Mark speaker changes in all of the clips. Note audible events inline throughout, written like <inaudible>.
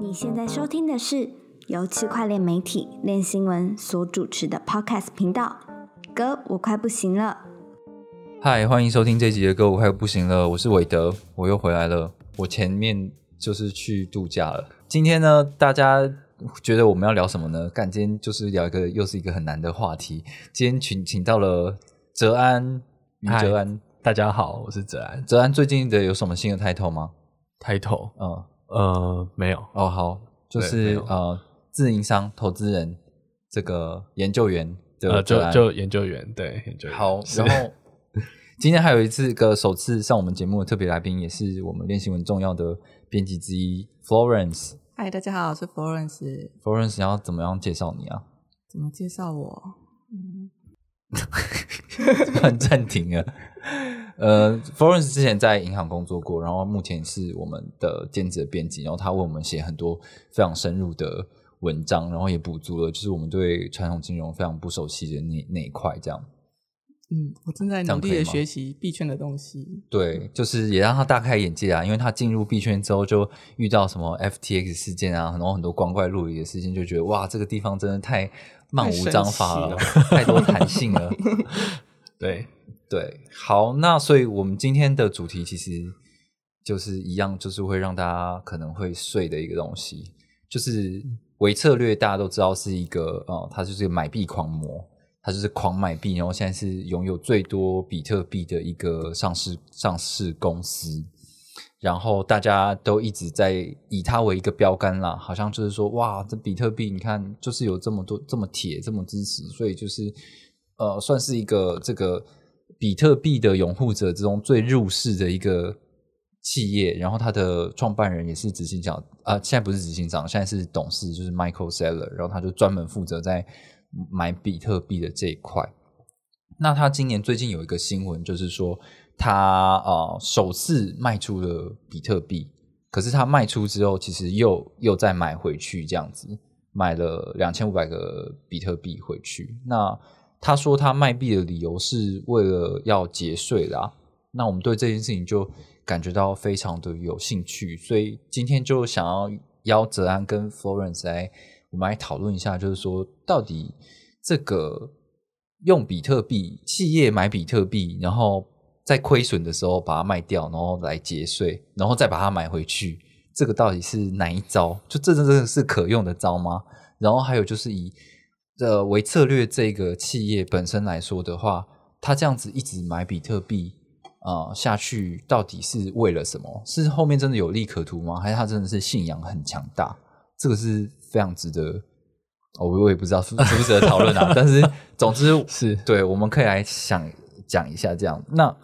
Speaker 1: 你现在收听的是由区块链媒体链新闻所主持的 Podcast 频道。哥，我快不行了。
Speaker 2: 嗨，欢迎收听这集的歌，我快不行了，我是韦德，我又回来了。我前面就是去度假了。今天呢，大家觉得我们要聊什么呢？干，今天就是聊一个又是一个很难的话题。今天请请到了哲安，于
Speaker 3: 嗨
Speaker 2: 哲安，
Speaker 3: 大家好，我是哲安。
Speaker 2: 哲安最近的有什么新的 title 吗？
Speaker 3: title
Speaker 2: 嗯，
Speaker 3: 呃没有，
Speaker 2: 哦，好，就
Speaker 3: 对没
Speaker 2: 是
Speaker 3: 有
Speaker 2: 呃，自营商、投资人这个研究员的
Speaker 3: 呃
Speaker 2: 哲
Speaker 3: 就
Speaker 2: 安，
Speaker 3: 就研究员对研究员
Speaker 2: 好，
Speaker 3: 是
Speaker 2: 然
Speaker 3: <laughs>
Speaker 2: 后今天还有一次个首次上我们节目的特别来宾，也是我们练习文重要的编辑之一 Florence。
Speaker 4: 嗨，大家好，我是 Florence。
Speaker 2: Florence，你要怎么样介绍你啊？ <laughs>
Speaker 4: 怎么介绍我？
Speaker 2: 突然暂停了。 <laughs> 呃，Florence 之前在银行工作过，然后目前是我们的兼职的编辑，然后他为我们写很多非常深入的文章，然后也补足了就是我们对传统金融非常不熟悉的那那一块，这样
Speaker 4: 嗯，我正在
Speaker 2: 这样
Speaker 4: 努力
Speaker 2: 可以
Speaker 4: 的
Speaker 2: 吗
Speaker 4: 学习币圈的东西。
Speaker 2: 对，就是也让他大开眼界啊，因为他进入币圈之后就遇到什么 FTX 事件啊，然后很多光怪陆离的事件，就觉得哇，这个地方真的太漫无章法了， <laughs> 太多弹性了。
Speaker 3: 对
Speaker 2: 对，好，那所以我们今天的主题其实就是一样，就是会让大家可能会睡的一个东西，就是微策略，大家都知道是一个哦，他就是买币狂魔，他就是狂买币，然后现在是拥有最多比特币的一个上市上市公司。然后大家都一直在以它为一个标杆啦，好像就是说，哇，这比特币你看就是有这么多这么铁这么支持，所以就是呃，算是一个这个比特币的拥护者之中最入世的一个企业。然后它的创办人也是执行长啊、现在不是执行长，现在是董事，就是 Michael Saylor，然后他就专门负责在买比特币的这一块。那他今年最近有一个新闻，就是说他呃首次卖出了比特币，可是他卖出之后，其实又又再买回去这样子，买了两千五百个比特币回去。那他说他卖币的理由是为了要节税啦、那我们对这件事情就感觉到非常的有兴趣，所以今天就想要邀泽安跟 Florence 来，我们来讨论一下，就是说到底这个用比特币企业买比特币，然后在亏损的时候把它卖掉，然后来节税，然后再把它买回去，这个到底是哪一招？就这真的是可用的招吗？然后还有就是以呃为策略这个企业本身来说的话，它这样子一直买比特币啊、呃下去，到底是为了什么？是后面真的有利可图吗？还是它真的是信仰很强大？这个是非常值得。哦，我我也不知道值不值得讨论啊， <laughs> 但是总之
Speaker 3: 是
Speaker 2: 对，我们可以来想讲一下这样。那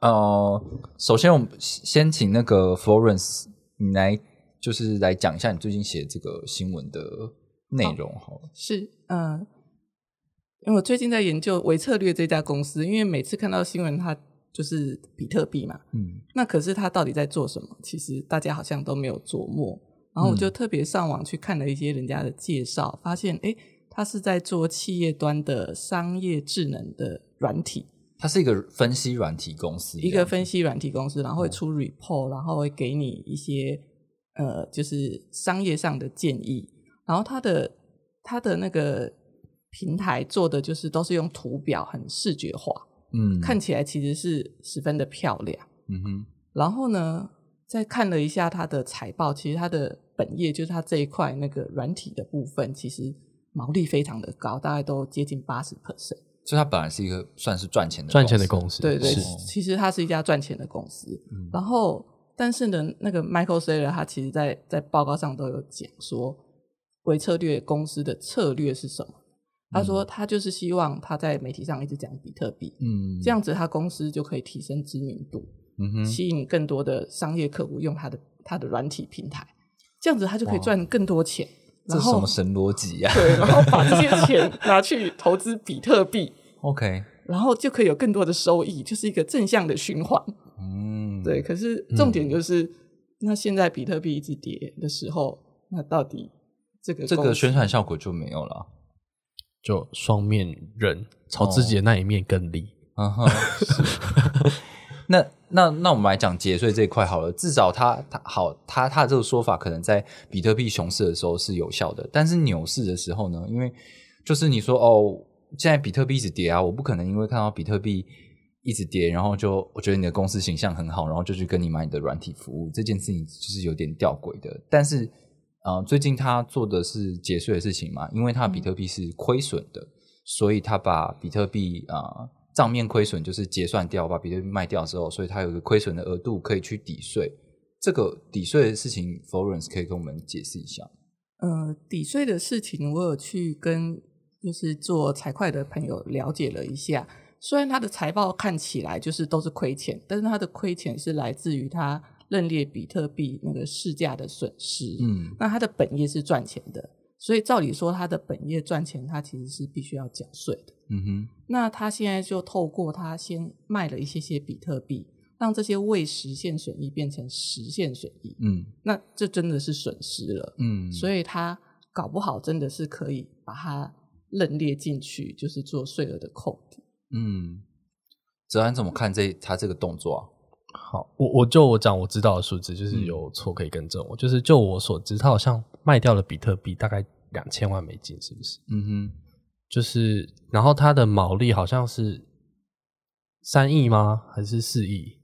Speaker 2: 呃，首先我们先请那个 Florence，你来就是来讲一下你最近写这个新闻的内容好了。
Speaker 4: 是，嗯、因为我最近在研究微策略这家公司，因为每次看到新闻，它就是比特币嘛。
Speaker 2: 嗯
Speaker 4: 那可是它到底在做什么？其实大家好像都没有琢磨。然后我
Speaker 2: 嗯
Speaker 4: 就特别上网去看了一些人家的介绍，发现诶，它是在做企业端的商业智能的软体。
Speaker 2: 它是一个分析软体公司，
Speaker 4: 一个分析软体公司，然后会出 report，、然后会给你一些呃，就是商业上的建议。然后它的它的那个平台做的就是都是用图表，很视觉化，
Speaker 2: 嗯
Speaker 4: 看起来其实是十分的漂亮。
Speaker 2: 嗯哼
Speaker 4: 然后呢，再看了一下它的财报，其实它的本业就是它这一块那个软体的部分，其实毛利非常的高，大概都接近八十 percent。
Speaker 2: 所以它本来是一个算是赚钱的
Speaker 3: 赚钱的
Speaker 2: 司哦
Speaker 3: 公司
Speaker 4: 对对
Speaker 3: 是，
Speaker 4: 其实它是一家赚钱的公司。
Speaker 2: 嗯
Speaker 4: 然后，但是呢，那个 Michael Saylor 他其实在在报告上都有讲说，微策略公司的策略是什么？他说他就是希望他在媒体上一直讲比特币，
Speaker 2: 嗯
Speaker 4: 这样子他公司就可以提升知名度，
Speaker 2: 嗯哼
Speaker 4: 吸引更多的商业客户用他的他的软体平台，这样子他就可以赚更多钱。
Speaker 2: 这
Speaker 4: 然
Speaker 2: 是什
Speaker 4: 后
Speaker 2: 么神逻辑呀、 <laughs>
Speaker 4: 对，然后把这些钱拿去投资比特币，
Speaker 2: o k
Speaker 4: 然后就可以有更多的收益，就是一个正向的循环。
Speaker 2: 嗯
Speaker 4: 对，可是重点就是，那现在比特币一直跌的时候，那到底这个
Speaker 2: 这
Speaker 4: 公
Speaker 2: 个
Speaker 4: 司
Speaker 2: 宣传效果就没有了。
Speaker 3: 就双面人，朝自己的那一面更利。
Speaker 2: 嗯哼，嗯那那那我们来讲节税这一块好了，至少他他好他他这个说法可能在比特币熊市的时候是有效的，但是牛市的时候呢，因为就是你说哦，现在比特币一直跌啊，我不可能因为看到比特币一直跌，然后就我觉得你的公司形象很好，然后就去跟你买你的软体服务，这件事情就是有点吊诡的。但是啊、呃最近他做的是节税的事情嘛，因为他的比特币是亏损的，所以他把比特币啊、呃账面亏损就是结算掉，把比特币卖掉之后，所以他有一个亏损的额度可以去抵税。这个抵税的事情，Florence 可以跟我们解释一下。
Speaker 4: 呃，抵税的事情，我有去跟就是做财会的朋友了解了一下。虽然他的财报看起来就是都是亏钱，但是他的亏钱是来自于他认列比特币那个市价的损失。
Speaker 2: 嗯，
Speaker 4: 那他的本业是赚钱的，所以照理说他的本业赚钱，他其实是必须要缴税的。
Speaker 2: 嗯哼，
Speaker 4: 那他现在就透过他先卖了一些些比特币，让这些未实现损益变成实现损益，
Speaker 2: 嗯
Speaker 4: 那这真的是损失了。
Speaker 2: 嗯，
Speaker 4: 所以他搞不好真的是可以把它认列进去，就是做税额的扣抵。
Speaker 2: 嗯，泽安怎么看这他这个动作啊？
Speaker 3: 好，我我就我讲我知道的数字，就是
Speaker 2: 嗯
Speaker 3: 有错可以更正我。就是就我所知，他好像卖掉了比特币大概两千万美金，是不是？
Speaker 2: 嗯
Speaker 3: 就是然后它的毛利好像是三亿吗？还是四亿？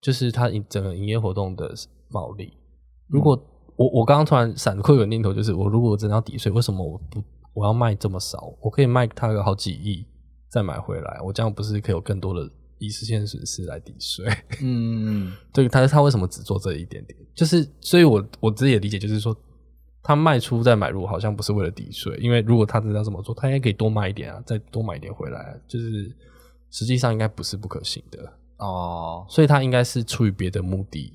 Speaker 3: 就是它营整个营业活动的毛利。如果、我我刚刚突然闪过一个念头，就是我如果真的要抵税，为什么我不我要卖这么少？我可以卖它个好几亿再买回来，我这样不是可以有更多的已实现损失来抵税？
Speaker 2: 哼，嗯嗯
Speaker 3: 对，他他为什么只做这一点点？就是，所以我我自己也理解，就是说，他卖出再买入，好像不是为了抵税，因为如果他真的要这么做，他应该可以多卖一点啊，再多买一点回来啊，就是实际上应该不是不可行的，
Speaker 2: <laughs> 哦，
Speaker 3: 所以他应该是出于别的目的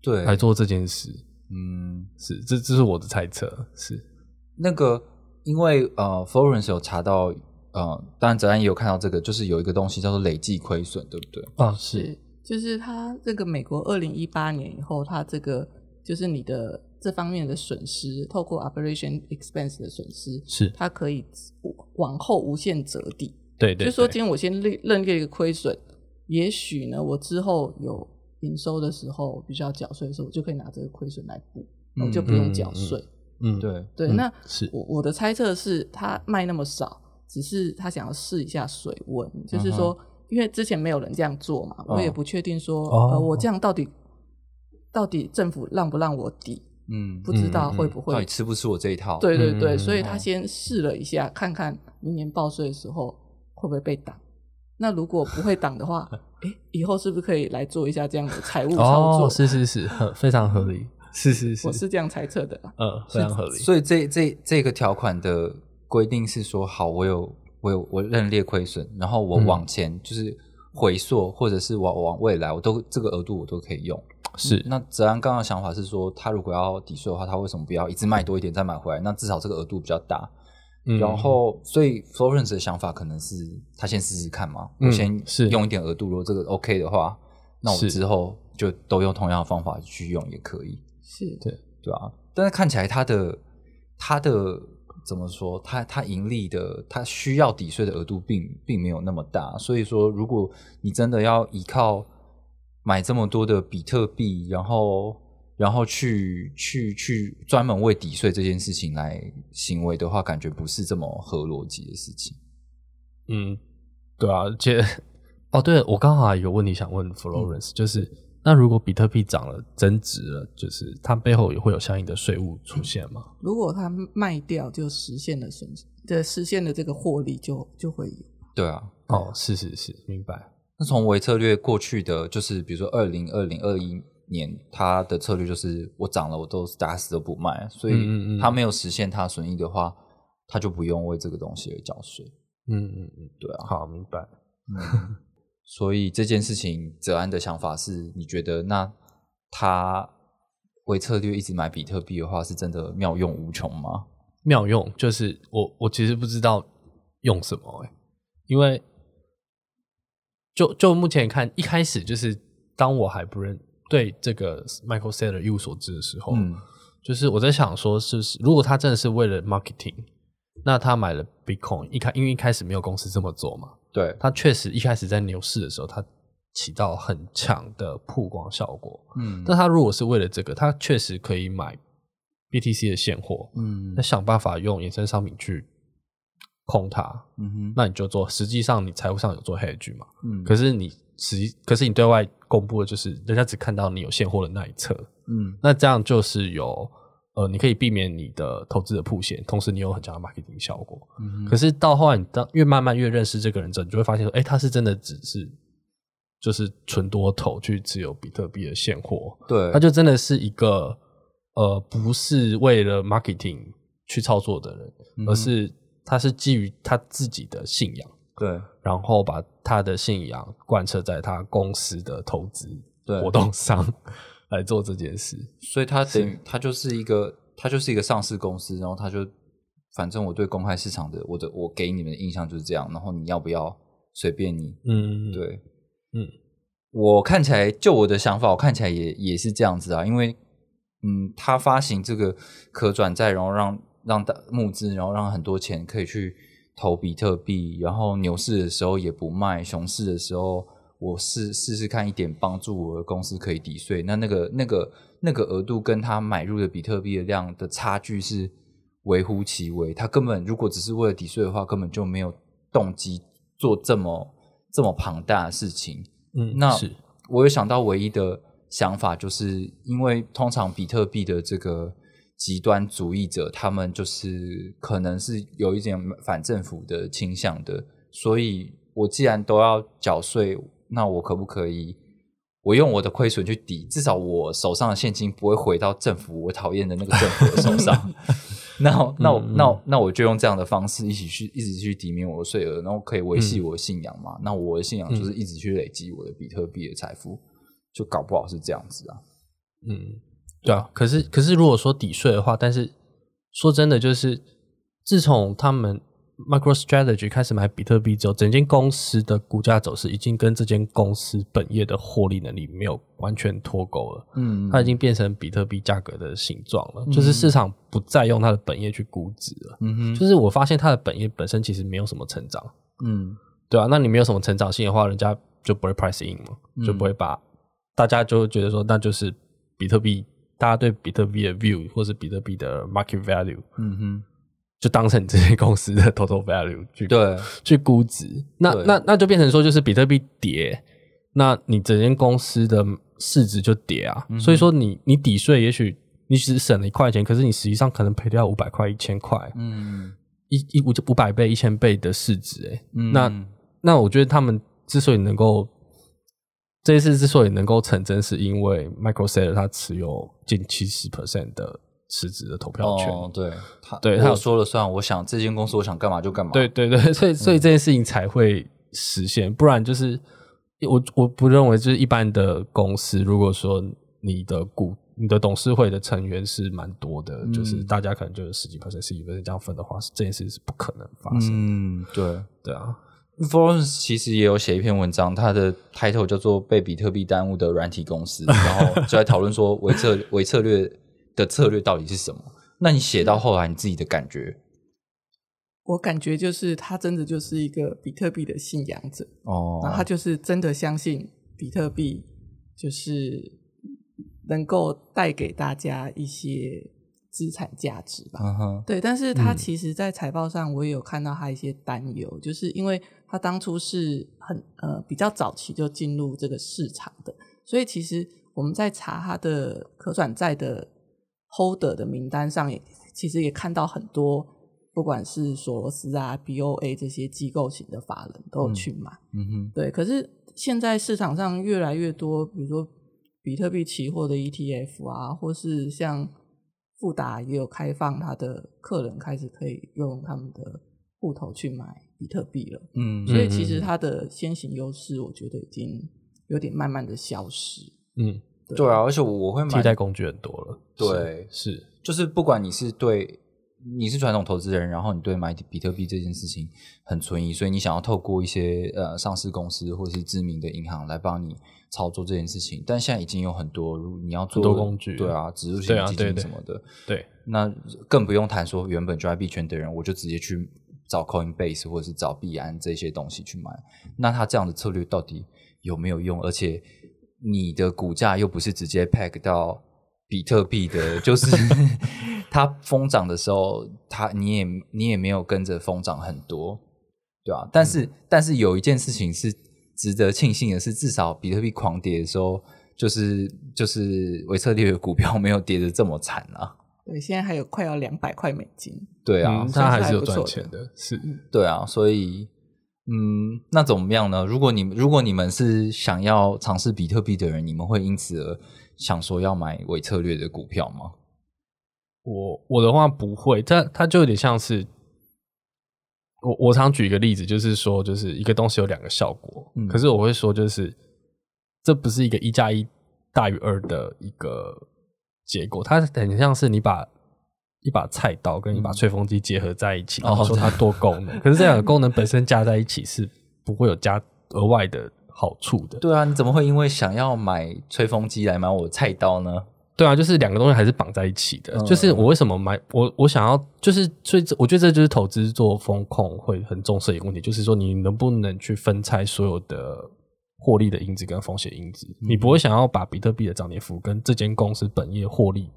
Speaker 2: 对，
Speaker 3: 来做这件事，
Speaker 2: 嗯，
Speaker 3: 是这这是我的猜测，是
Speaker 2: 那个，因为呃，Florence 有查到，呃，当然泽安也有看到这个，就是有一个东西叫做累计亏损，对不对？
Speaker 3: 啊，是，
Speaker 4: 哦就是他这个美国二零一八年以后，他这个就是你的这方面的损失，透过 operation expense 的损失，
Speaker 3: 是
Speaker 4: 它可以往后无限折抵。
Speaker 3: 对
Speaker 4: 就
Speaker 3: 对，
Speaker 4: 是说，
Speaker 3: 对
Speaker 4: 今天我先认认列一个亏损，也许呢，我之后有营收的时候，必须要缴税的时候，我就可以拿这个亏损来补，那我就不用缴税。
Speaker 3: 嗯，
Speaker 2: 对，
Speaker 4: 对，
Speaker 3: 嗯
Speaker 4: 那
Speaker 3: 是
Speaker 4: 我我的猜测是，他卖那么少，只是他想要试一下水温，就是
Speaker 3: 嗯
Speaker 4: 说，因为之前没有人这样做嘛，我也不确定说，
Speaker 3: 哦
Speaker 4: 呃，我这样到底到底政府让不让我抵，
Speaker 2: 嗯，
Speaker 4: 不知道
Speaker 3: 嗯嗯
Speaker 4: 会不会
Speaker 2: 到底吃不吃我这一套？
Speaker 4: 对对对，
Speaker 3: 嗯
Speaker 4: 所以他先试了一下，看看明年报税的时候会不会被挡。那如果不会挡
Speaker 3: <laughs>
Speaker 4: 的话，哎，以后是不是可以来做一下这样的财务操作？
Speaker 3: 哦，是是是，很非常合理，是是是
Speaker 4: 我，是这样猜测的啦。
Speaker 3: 嗯，非常合理，
Speaker 2: 所以这这这个条款的规定是说，好，我有我有我认列亏损，然后我
Speaker 3: 嗯
Speaker 2: 往前就是回溯，或者是往往未来，我都这个额度我都可以用。
Speaker 3: 是
Speaker 2: 那泽安刚刚的想法是说，他如果要抵税的话，他为什么不要一直卖多一点再买回来？那至少这个额度比较大。
Speaker 3: 嗯
Speaker 2: 然后，所以 Florence 的想法可能是他先试试看嘛，
Speaker 3: 嗯
Speaker 2: 我先
Speaker 3: 是
Speaker 2: 用一点额度，如果这个 OK 的话，那我
Speaker 3: 是
Speaker 2: 之后就都用同样的方法去用也可以。
Speaker 4: 是
Speaker 2: 对啊，但是看起来他的他的怎么说？他他盈利的，他需要抵税的额度并并没有那么大，所以说，如果你真的要依靠买这么多的比特币，然后然后去去去专门为抵税这件事情来行为的话，感觉不是这么合逻辑的事情。
Speaker 3: 嗯，对啊，嗯而且 <laughs> 哦，对了我刚好还有个问题想问 Florence，、就是那如果比特币涨了增值了，就是它背后也会有相应的税务出现吗？
Speaker 4: 如果他卖掉，就实现了损失，的实现了这个获利就就会有。
Speaker 2: 对啊，
Speaker 3: 哦，是是是，明白。
Speaker 2: 那从微策略过去的，就是比如说二零二零二一年，它的策略就是我涨了，我都打死都不卖，所
Speaker 3: 嗯嗯
Speaker 2: 以
Speaker 3: 嗯
Speaker 2: 它没有实现它损益的话，它就不用为这个东西而缴税。
Speaker 3: 嗯嗯嗯，
Speaker 2: 对啊，
Speaker 3: 好，明白。
Speaker 2: 所以这件事情，泽安的想法是，你觉得那他微策略一直买比特币的话，是真的妙用无穷吗？
Speaker 3: 妙用就是我我其实不知道用什么哎、因为就就目前看，一开始就是当我还不认对这个 Michael Saylor 一无所知的时候，
Speaker 2: 嗯
Speaker 3: 就是我在想说，是不是如果他真的是为了 marketing，那他买了 Bitcoin，一开因为一开始没有公司这么做嘛，
Speaker 2: 对，
Speaker 3: 他确实一开始在牛市的时候，他起到很强的曝光效果。
Speaker 2: 嗯
Speaker 3: 但他如果是为了这个，他确实可以买 BTC 的现货，
Speaker 2: 嗯
Speaker 3: 那想办法用衍生商品去控它，
Speaker 2: 嗯哼，
Speaker 3: 那你就做。实际上你财务上有做 hedge 嘛？
Speaker 2: 嗯
Speaker 3: 可是你实际，可是你对外公布的就是人家只看到你有现货的那一侧，
Speaker 2: 嗯
Speaker 3: 那这样就是有呃，你可以避免你的投资的曝险，同时你有很强的 marketing 效果。
Speaker 2: 嗯
Speaker 3: 可是到后来，你当越慢慢越认识这个人之后，你就会发现说，哎、他是真的只是就是纯多头去持有比特币的现货，
Speaker 2: 对，
Speaker 3: 他就真的是一个呃，不是为了 marketing 去操作的人，
Speaker 2: 嗯哼
Speaker 3: 而是他是基于他自己的信仰，
Speaker 2: 对
Speaker 3: 然后把他的信仰贯彻在他公司的投资
Speaker 2: 对
Speaker 3: 活动上来做这件事。
Speaker 2: 所以他等于他就是一个他就是一个上市公司，然后他就反正我对公开市场的我的我给你们的印象就是这样，然后你要不要随便你，
Speaker 3: 嗯，，
Speaker 2: 对，
Speaker 3: 嗯，
Speaker 2: 我看起来就我的想法，我看起来也也是这样子啊，因为嗯，他发行这个可转债，然后让让大募资，然后让很多钱可以去投比特币，然后牛市的时候也不卖，熊市的时候我试试试看一点帮助我的公司可以抵税，那那个那个那个额度跟他买入的比特币的量的差距是微乎其微，他根本如果只是为了抵税的话，根本就没有动机做这么这么庞大的事情。
Speaker 3: 嗯，
Speaker 2: 那
Speaker 3: 是，
Speaker 2: 我有想到唯一的想法，就是因为通常比特币的这个极端主义者，他们就是可能是有一点反政府的倾向的，所以我既然都要缴税，那我可不可以？我用我的亏损去抵，至少我手上的现金不会回到政府我讨厌的那个政府的手上。 <laughs> 那那我那我那我就用这样的方式一起去一直去抵免我的税额，然后可以维系我的信仰嘛？那我的信仰就是一直去累积我的比特币的财富，就搞不好是这样子啊。
Speaker 3: 嗯，对啊。可是，可是如果说抵税的话，但是说真的，就是自从他们 MicroStrategy 开始买比特币之后，整间公司的股价走势已经跟这间公司本业的获利能力没有完全脱钩了。嗯
Speaker 2: 嗯
Speaker 3: 它已经变成比特币价格的形状了，就是市场不再用它的本业去估值了。
Speaker 2: 嗯哼
Speaker 3: 就是我发现它的本业本身其实没有什么成长，
Speaker 2: 嗯
Speaker 3: 对啊，那你没有什么成长性的话，人家就不会 price in 嘛，
Speaker 2: 嗯
Speaker 3: 就不会把、大家就会觉得说，那就是比特币，大家对比特币的 view 或是比特币的 market value
Speaker 2: 嗯哼，
Speaker 3: 就当成这些公司的 total value 去
Speaker 2: 对
Speaker 3: 去估值。那
Speaker 2: 对
Speaker 3: 那那就变成说，就是比特币跌，那你整间公司的市值就跌啊。
Speaker 2: 嗯
Speaker 3: 所以说你你抵税，也许你只省了一块钱，可是你实际上可能赔掉五百块、一千块，
Speaker 2: 嗯
Speaker 3: 一一五五百倍、一千倍的市值、欸，
Speaker 2: 嗯
Speaker 3: 那那我觉得他们之所以能够这一次之所以能够成真，是因为 Michael Saylor 他持有近七十 percent 的市值的投票权。
Speaker 2: 哦，对他
Speaker 3: 对他
Speaker 2: 他
Speaker 3: 有
Speaker 2: 说了算，我想这间公司我想干嘛就干嘛。
Speaker 3: 对对对， <laughs> 所以所以
Speaker 2: 嗯
Speaker 3: 这件事情才会实现，不然就是我我不认为就是一般的公司，如果说你的股你的董事会的成员是蛮多的，
Speaker 2: 嗯
Speaker 3: 就是大家可能就是十几 percent、十几 percent 这样分的话，是这件事情是不可能发生。
Speaker 2: 嗯对。
Speaker 3: 对啊，
Speaker 2: Florence 其实也有写一篇文章，他的 title 叫做“被比特币耽误的软体公司”， <laughs> 然后就在讨论说微策 <laughs> 微策略的策略到底是什么。那你写到后来，你自己的感觉
Speaker 4: 我感觉就是他真的就是一个比特币的信仰者，
Speaker 2: 哦
Speaker 4: 然后他就是真的相信比特币，就是能够带给大家一些资产价值吧。
Speaker 2: 嗯哼，
Speaker 4: 对，但是他其实，在财报上我也有看到他一些担忧，就是因为他当初是很呃比较早期就进入这个市场的，所以其实我们在查他的可转债的 holder 的名单上也，其实也看到很多，不管是索罗斯啊、BOA 这些机构型的法人都有去买。
Speaker 2: 嗯哼，
Speaker 4: 对，可是现在市场上越来越多，比如说比特币期货的 ETF 啊，或是像富达也有开放它的客人开始可以用他们的户头去买比特币了，
Speaker 2: 嗯
Speaker 4: 所以其实它的先行优势，我觉得已经有点慢慢的消失。
Speaker 3: 嗯，
Speaker 2: 对啊，而且我会
Speaker 3: 替
Speaker 2: 买，
Speaker 3: 代工具很多了。
Speaker 2: 对
Speaker 3: 是是
Speaker 2: 就是不管你是对你是传统投资人，然后你对买比特币这件事情很存疑，所以你想要透过一些呃上市公司或是知名的银行来帮你操作这件事情，但现在已经有很多，如你要做
Speaker 3: 很多工具
Speaker 2: 对啊，指数
Speaker 3: 对
Speaker 2: 型
Speaker 3: 啊
Speaker 2: 基
Speaker 3: 对
Speaker 2: 金
Speaker 3: 对
Speaker 2: 什么的，
Speaker 3: 对，
Speaker 2: 那更不用谈说原本就在币圈的人，我就直接去找 Coinbase 或者是找币安这些东西去买。那他这样的策略到底有没有用，而且你的股价又不是直接 peg 到比特币的，就是 <laughs> 它疯涨的时候，它你也你也没有跟着疯涨很多，对啊，但是、但是有一件事情是值得庆幸的是，至少比特币狂跌的时候，就是就是维策略的股票没有跌的这么惨啊。
Speaker 4: 对，现在还有快要两百块美金，
Speaker 2: 对啊，
Speaker 3: 嗯
Speaker 4: 算
Speaker 3: 他
Speaker 4: 是
Speaker 3: 还
Speaker 4: 还
Speaker 3: 是有
Speaker 4: 不
Speaker 3: 赚
Speaker 4: 错的
Speaker 3: 钱的，是
Speaker 2: 对啊，所以嗯，那怎么样呢？如果你如果你们是想要尝试比特币的人，你们会因此而想说要买伪策略的股票吗？
Speaker 3: 我我的话不会，但它就有点像是我我常举一个例子，就是说，就是一个东西有两个效果，
Speaker 2: 嗯
Speaker 3: 可是我会说，就是这不是一个一加一大于二的一个结果，它很像是你把一把菜刀跟一把吹风机结合在一起，
Speaker 2: 哦
Speaker 3: 然后说它多功能，可是这两个功能本身加在一起是不会有加额外的好处的。
Speaker 2: 对啊，你怎么会因为想要买吹风机来买我菜刀呢？
Speaker 3: 对啊，就是两个东西还是绑在一起的。
Speaker 2: 嗯
Speaker 3: 就是我为什么买我我想要，就是所以这我觉得这就是投资做风控会很重视的一个问题，就是说你能不能去分拆所有的获利的因子跟风险因子，
Speaker 2: 嗯
Speaker 3: 你不会想要把比特币的涨跌幅跟这间公司本业获利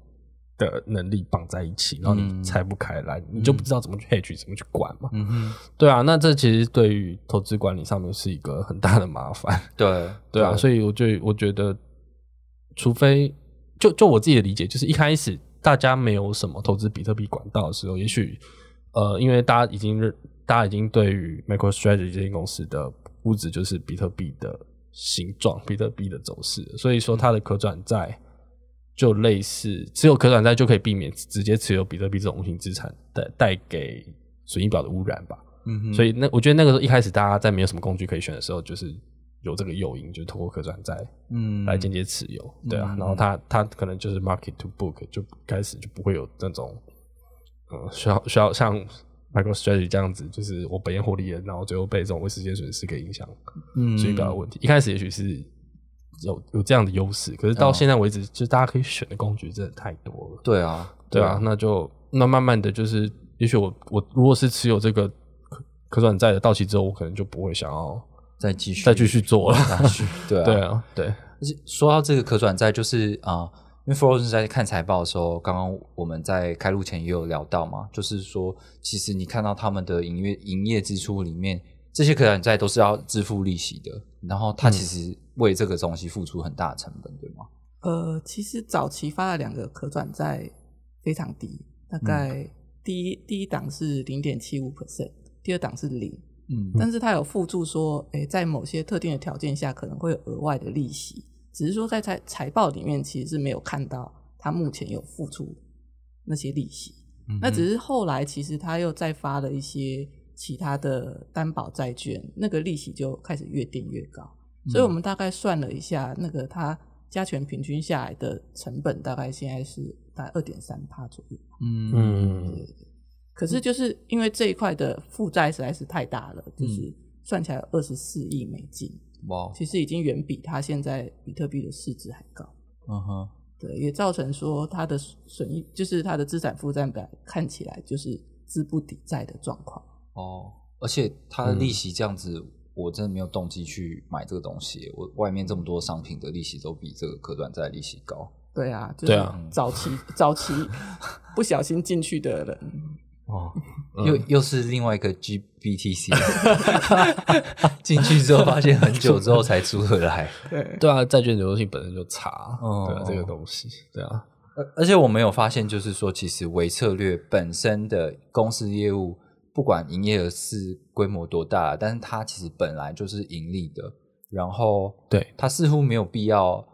Speaker 3: 的能力绑在一起，然后你
Speaker 2: 嗯
Speaker 3: 拆不开来，你就不知道怎么去 hedge 怎么去管嘛。
Speaker 2: 嗯哼，
Speaker 3: 对啊，那这其实对于投资管理上面是一个很大的麻烦。
Speaker 2: 对
Speaker 3: 对啊，所以我就我觉得，除非就就我自己的理解，就是一开始大家没有什么投资比特币管道的时候，也许呃，因为大家已经认，大家已经对于 MicroStrategy 这间公司的估值就是比特币的形状、比特币的走势，所以说它的可转债就类似持有可转债就可以避免直接持有比特币这种无形资产带带给损益表的污染吧。
Speaker 2: 嗯哼，
Speaker 3: 所以那我觉得那个时候一开始大家在没有什么工具可以选的时候，就是有这个诱因，就是透过可转债
Speaker 2: 嗯
Speaker 3: 来间接持有，对啊
Speaker 2: 嗯，
Speaker 3: 然后它它可能就是 market to book 就开始就不会有那种，嗯，需要需要像 MicroStrategy 这样子，就是我本业获利了，然后最后被这种未实现损失给影响，
Speaker 2: 嗯
Speaker 3: 所以比较有问题。一开始也许是有有这样的优势，可是
Speaker 2: 哦
Speaker 3: 到现在为止，就是大家可以选的工具真的太多了。
Speaker 2: 对啊，
Speaker 3: 对啊，那就那慢慢的就是，也许我我如果是持有这个可可转债的到期之后，我可能就不会想要
Speaker 2: 再继续
Speaker 3: 再继续做了。
Speaker 2: 下去， <laughs> 对啊，
Speaker 3: <laughs> 对啊，对，
Speaker 2: 而且说到这个可转债，就是啊、因为 Frozen 在看财报的时候，刚刚我们在开录前也有聊到嘛，就是说，其实你看到他们的营业营业支出里面，这些可转债都是要支付利息的，然后他其实为这个东西付出很大的成本，对吗？
Speaker 4: 呃，其实早期发的两个可转债非常低，
Speaker 2: 嗯
Speaker 4: 大概第一、第一档是零点七五 percent，第二档是零，
Speaker 2: 嗯
Speaker 4: 但是它有附注说，诶、在某些特定的条件下可能会有额外的利息，只是说在财财报里面其实是没有看到它目前有付出那些利息。那只是后来其实他又再发了一些其他的担保债券，那个利息就开始越定越高。所以我们大概算了一下，那个它加权平均下来的成本大概现在是大概二点三帕左右。
Speaker 2: 嗯
Speaker 3: 嗯，
Speaker 4: 可是就是因为这一块的负债实在是太大了，就是
Speaker 3: 嗯
Speaker 4: 算起来二十四亿美金，
Speaker 2: 哇，哦
Speaker 4: 其实已经远比它现在比特币的市值还高。
Speaker 2: 嗯哼，
Speaker 4: 对，也造成说它的损益，就是它的资产负债表看起来就是资不抵债的状况。
Speaker 2: 哦，而且它的利息这样子，我真的没有动机去买这个东西。我外面这么多商品的利息都比这个可转债利息高。
Speaker 4: 对啊，就
Speaker 3: 对
Speaker 4: 是
Speaker 3: 啊
Speaker 4: 早期、早期不小心进去的
Speaker 3: <laughs>
Speaker 4: 人，
Speaker 3: 哦，
Speaker 2: 又又是另外一个 GBTC，进去之后发现很久之后才出得来，
Speaker 4: 对，
Speaker 3: 对啊，债券流动性本身就差，
Speaker 2: 哦
Speaker 3: 对啊，这个东西，对啊，
Speaker 2: <laughs> 而而且我们有发现，就是说，其实微策略本身的公司业务，不管营业额是规模多大，但是它其实本来就是盈利的，然后
Speaker 3: 对
Speaker 2: 它似乎没有必要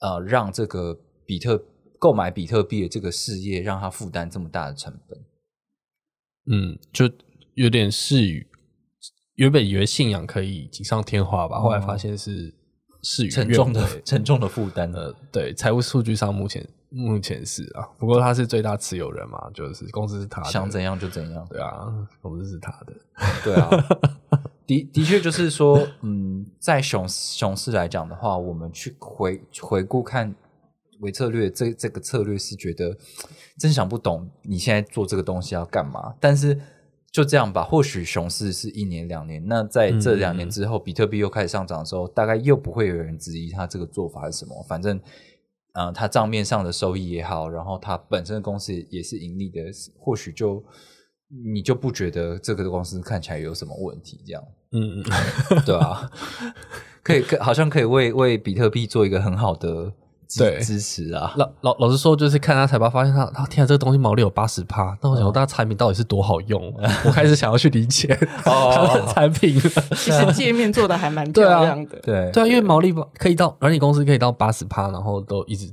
Speaker 2: 呃让这个比特购买比特币的这个事业让它负担这么大的成本。
Speaker 3: 嗯，就有点是与原本以为信仰可以锦上添花吧，后来发现是事与
Speaker 2: 哦沉
Speaker 3: 愿
Speaker 2: 重
Speaker 3: 违
Speaker 2: 的沉重的负担
Speaker 3: 呃，对，财务数据上目前目前是啊，不过他是最大持有人嘛，就是公司是他的，
Speaker 2: 想怎样就怎样。
Speaker 3: 对啊，公司是他的，
Speaker 2: 对啊，的的确就是说，嗯，在熊熊市来讲的话，我们去回回顾看微策略这这个策略是觉得真想不懂你现在做这个东西要干嘛，但是就这样吧。或许熊市是一年两年，那在这两年之后，比特币又开始上涨的时候，大概又不会有人质疑他这个做法是什么。反正，嗯、呃，他账面上的收益也好，然后他本身的公司也是盈利的，或许就你就不觉得这个公司看起来有什么问题，这样
Speaker 3: 嗯嗯， <laughs>
Speaker 2: 对啊？可以，可好像可以为为比特币做一个很好的支
Speaker 3: 对
Speaker 2: 支持啊。
Speaker 3: 老老老实说，就是看他财报，发现他，他天啊，这个东西毛利有八十趴，那我想说，大家产品到底是多好用？啊 <laughs> 我开始想要去理解他的产品了。
Speaker 4: 其实
Speaker 3: <laughs>
Speaker 4: 界面做的还蛮漂
Speaker 3: 对啊
Speaker 4: 亮的。
Speaker 2: 对
Speaker 3: 对啊，因为毛利可以到软体公司可以到八十趴，然后都一直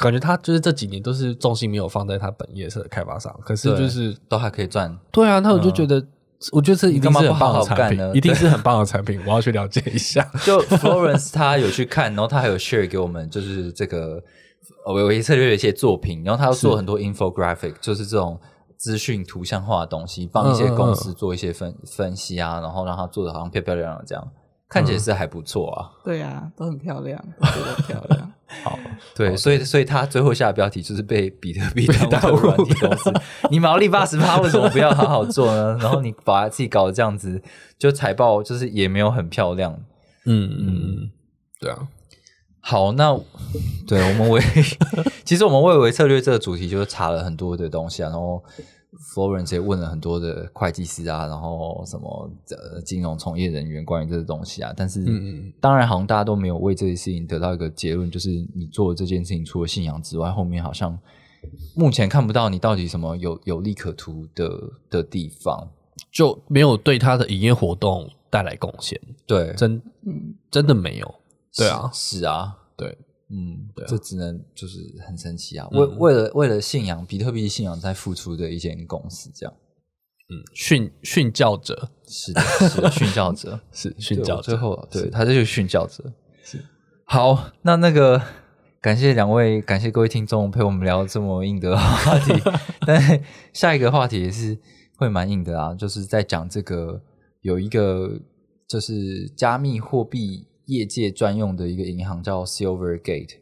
Speaker 3: 感觉他就是这几年都是重心没有放在他本业的开发上，可是就是
Speaker 2: 都还可以赚，
Speaker 3: 对啊，那我就觉得。我觉得这一定是
Speaker 2: 你干嘛
Speaker 3: 很棒的
Speaker 2: 不好好
Speaker 3: 产
Speaker 2: 干
Speaker 3: 品，
Speaker 2: 呢
Speaker 3: 一定是很棒的产 <laughs> 品，我要去了解一下。
Speaker 2: 就 Florence 他有去看，然后他还有 share 给我们，就是这个呃维维策略的一些作品，然后他又做很多 infographic，就是这种资讯图像化的东西，
Speaker 3: 嗯
Speaker 2: 帮一些公司做一些分、分析啊，然后让他做的好像漂漂亮亮这样，
Speaker 3: 嗯
Speaker 2: 看起来是还不错啊。
Speaker 4: 对啊，都很漂亮，觉得很漂
Speaker 3: <laughs>
Speaker 4: 亮。
Speaker 2: 哦对，所以所以他最后下的标题就是被比特币
Speaker 3: 耽
Speaker 2: 耽
Speaker 3: 误
Speaker 2: 误软体公司， <laughs> 你毛利八十趴为什么不要好好做呢？ <laughs> 然后你把自己搞得这样子，就财报就是也没有很漂亮，
Speaker 3: 嗯嗯，对啊，
Speaker 2: 好，那对我们为 <laughs> 其实我们为为策略这个主题就是查了很多的东西啊，然后 Florence 也问了很多的会计师啊，然后什么呃金融从业人员关于这个东西啊，但是、
Speaker 3: 嗯嗯
Speaker 2: 当然好像大家都没有为这件事情得到一个结论，就是你做的这件事情除了信仰之外，后面好像目前看不到你到底什么有有利可图的的地方。
Speaker 3: 就没有对他的营业活动带来贡献，
Speaker 2: 对，
Speaker 3: 真
Speaker 4: 嗯，
Speaker 3: 真的没有。对啊，
Speaker 2: 是是啊，
Speaker 3: 对，
Speaker 2: 嗯，
Speaker 3: 对啊
Speaker 2: 这只能就是很神奇啊！
Speaker 3: 嗯
Speaker 2: 为为了为了信仰，比特币信仰在付出的一间公司，这样
Speaker 3: 嗯，训训教者
Speaker 2: 是的，
Speaker 3: <laughs>
Speaker 2: 是的殉教者，
Speaker 3: 是
Speaker 2: 对
Speaker 3: 训教
Speaker 2: 我
Speaker 3: 者，
Speaker 2: 最后对
Speaker 3: 是
Speaker 2: 他就是殉教者。好，那那个感谢两位，感谢各位听众陪我们聊这么硬的话题， <laughs> 但是下一个话题也是会蛮硬的啊，就是在讲这个有一个就是加密货币业界专用的一个银行叫 Silvergate。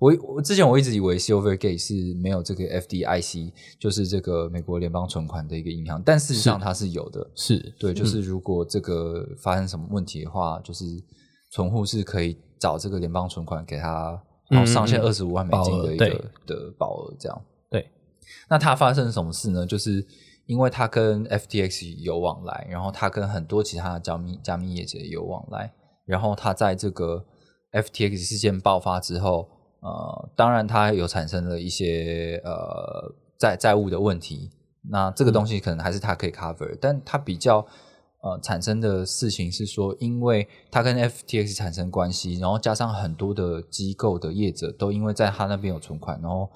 Speaker 2: 我我之前我一直以为 Silvergate 是没有这个 FDIC，就是这个美国联邦存款的一个银行，但事实上它是有的。
Speaker 3: 是
Speaker 2: 对，就是如果这个发生什么问题的话，就是存户是可以找这个联邦存款给他，然后上限
Speaker 3: 嗯嗯
Speaker 2: 二十五万美金的一
Speaker 3: 保
Speaker 2: 个
Speaker 3: 额
Speaker 2: 的保额这样。
Speaker 3: 对，
Speaker 2: 那它发生什么事呢？就是因为它跟 FTX 有往来，然后它跟很多其他的加密加密业者也有往来，然后它在这个 FTX 事件爆发之后，呃，当然它有产生了一些呃债债务的问题，那这个东西可能还是它可以 cover，、但它比较呃产生的事情是说，因为它跟 FTX 产生关系，然后加上很多的机构的业者都因为在它那边有存款，然后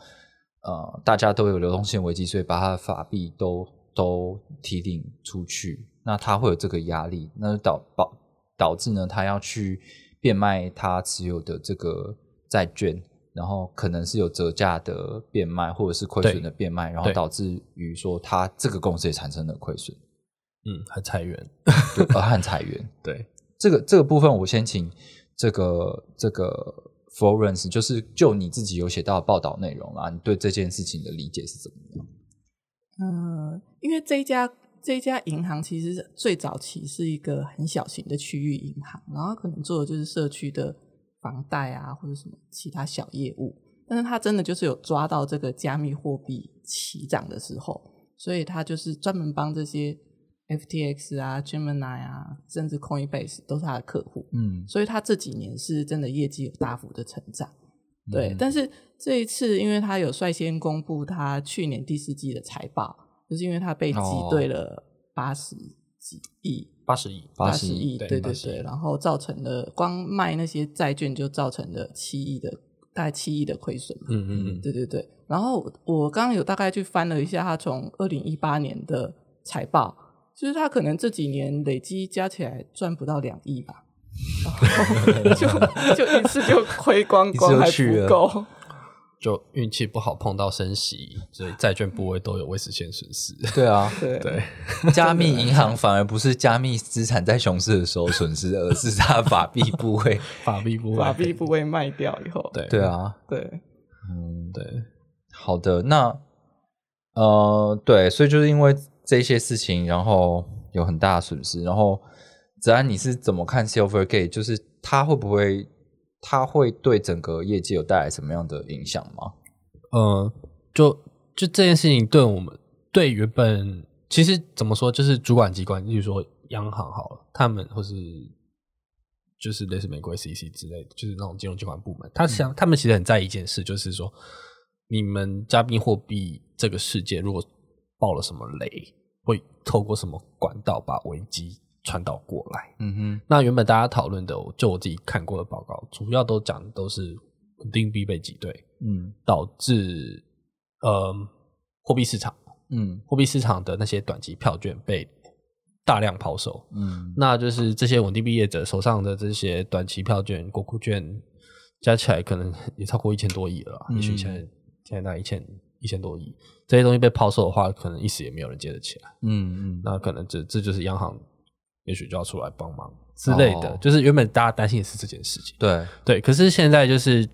Speaker 2: 呃大家都有流动性危机，所以把它的法币都都提领出去，那它会有这个压力，那就导导导致呢，他要去变卖他持有的这个债券，然后可能是有折价的变卖，或者是亏损的变卖，然后
Speaker 3: 对
Speaker 2: 导致于说他这个公司也产生了亏损，
Speaker 3: 嗯，还裁员，
Speaker 2: 对而和裁员。
Speaker 3: 对，
Speaker 2: 这个这个部分，我先请这个这个 Florence，就是就你自己有写到的报道内容啦，你对这件事情的理解是怎么样？
Speaker 4: 呃，因为这一家这一家银行其实最早期是一个很小型的区域银行，然后可能做的就是社区的房贷啊，或者什么其他小业务。但是它真的就是有抓到这个加密货币起涨的时候，所以它就是专门帮这些 FTX 啊、Gemini 啊，甚至 Coinbase 都是它的客户。
Speaker 2: 嗯，
Speaker 4: 所以它这几年是真的业绩有大幅的成长。对，
Speaker 2: 嗯
Speaker 4: 但是这一次，因为它有率先公布它去年第四季的财报，就是因为它被挤
Speaker 2: 哦
Speaker 4: 兑了八十几亿、
Speaker 3: 八十亿，
Speaker 2: 八
Speaker 4: 八
Speaker 2: 十
Speaker 4: 十
Speaker 2: 亿
Speaker 4: 亿，对对
Speaker 3: 80亿
Speaker 4: 对，然后造成了光卖那些债券就造成了七亿的大概七亿的亏损嘛。
Speaker 3: 嗯嗯嗯，
Speaker 4: 对对对。然后我我刚刚有大概去翻了一下，他从二零一八年的财报，就是他可能这几年累积加起来赚不到两亿吧，然后 <laughs> 就就一次就亏光光，
Speaker 2: <laughs> 一
Speaker 4: 还
Speaker 2: 次就去了
Speaker 4: 不够。
Speaker 3: 就运气不好碰到升息，所以债券部位都有未实现损失。
Speaker 2: 对啊，
Speaker 4: 对
Speaker 3: 对，
Speaker 2: 加密银行反而不是加密资产在熊市的时候损失，而是它的法币部位。
Speaker 3: 法币部位，
Speaker 4: 把币部位卖掉以后，
Speaker 3: 对
Speaker 2: <laughs> 对啊，
Speaker 4: 对
Speaker 2: 嗯，
Speaker 3: 对，
Speaker 2: 好的，那呃，对，所以就是因为这些事情，然后有很大的损失。然后，子安，你是怎么看 Silvergate？就是它会不会，它会对整个业界有带来什么样的影响吗？
Speaker 3: 呃，就就这件事情对我们对原本其实怎么说，就是主管机关，例如说央行好了，他们或是就是类似美国 CC 之类的，就是那种金融监管部门，他想、他们其实很在意一件事，就是说你们加密货币这个世界如果爆了什么雷，会透过什么管道把危机传导过来。
Speaker 2: 嗯哼，
Speaker 3: 那原本大家讨论的，就我自己看过的报告，主要都讲的都是稳定币被挤兑，
Speaker 2: 嗯
Speaker 3: 导致呃货币市场
Speaker 2: 嗯
Speaker 3: 货币市场的那些短期票券被大量抛售，
Speaker 2: 嗯
Speaker 3: 那就是这些稳定币业者手上的这些短期票券、国库券加起来可能也超过一千多亿了啦，啊
Speaker 2: 嗯
Speaker 3: 也许现在现在那一千一千多亿这些东西被抛售的话，可能一时也没有人接得起来。
Speaker 2: 嗯嗯
Speaker 3: 那可能这这就是央行也许就要出来帮忙之类的。
Speaker 2: 哦
Speaker 3: 就是原本大家担心的是这件事情，
Speaker 2: 对，
Speaker 3: 对。可是现在就是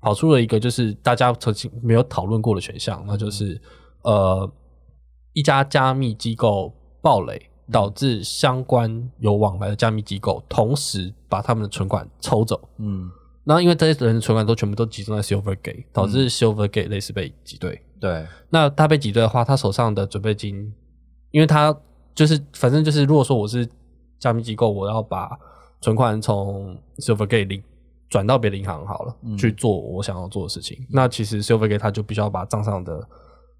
Speaker 3: 跑出了一个就是大家曾经没有讨论过的选项，那就是呃一家加密机构暴雷。导致相关有往来的加密机构，同时把他们的存款抽走，
Speaker 2: 嗯
Speaker 3: 那因为这些人的存款都全部都集中在 Silvergate，导致 Silvergate 类似被挤兑。
Speaker 2: 对，
Speaker 3: 那他被挤兑的话，他手上的准备金，因为他就是反正就是，如果说我是加密机构，我要把存款从 Silvergate 领转到别的银行好了，
Speaker 2: 嗯
Speaker 3: 去做我想要做的事情。那其实 Silvergate 它就必须要把账上的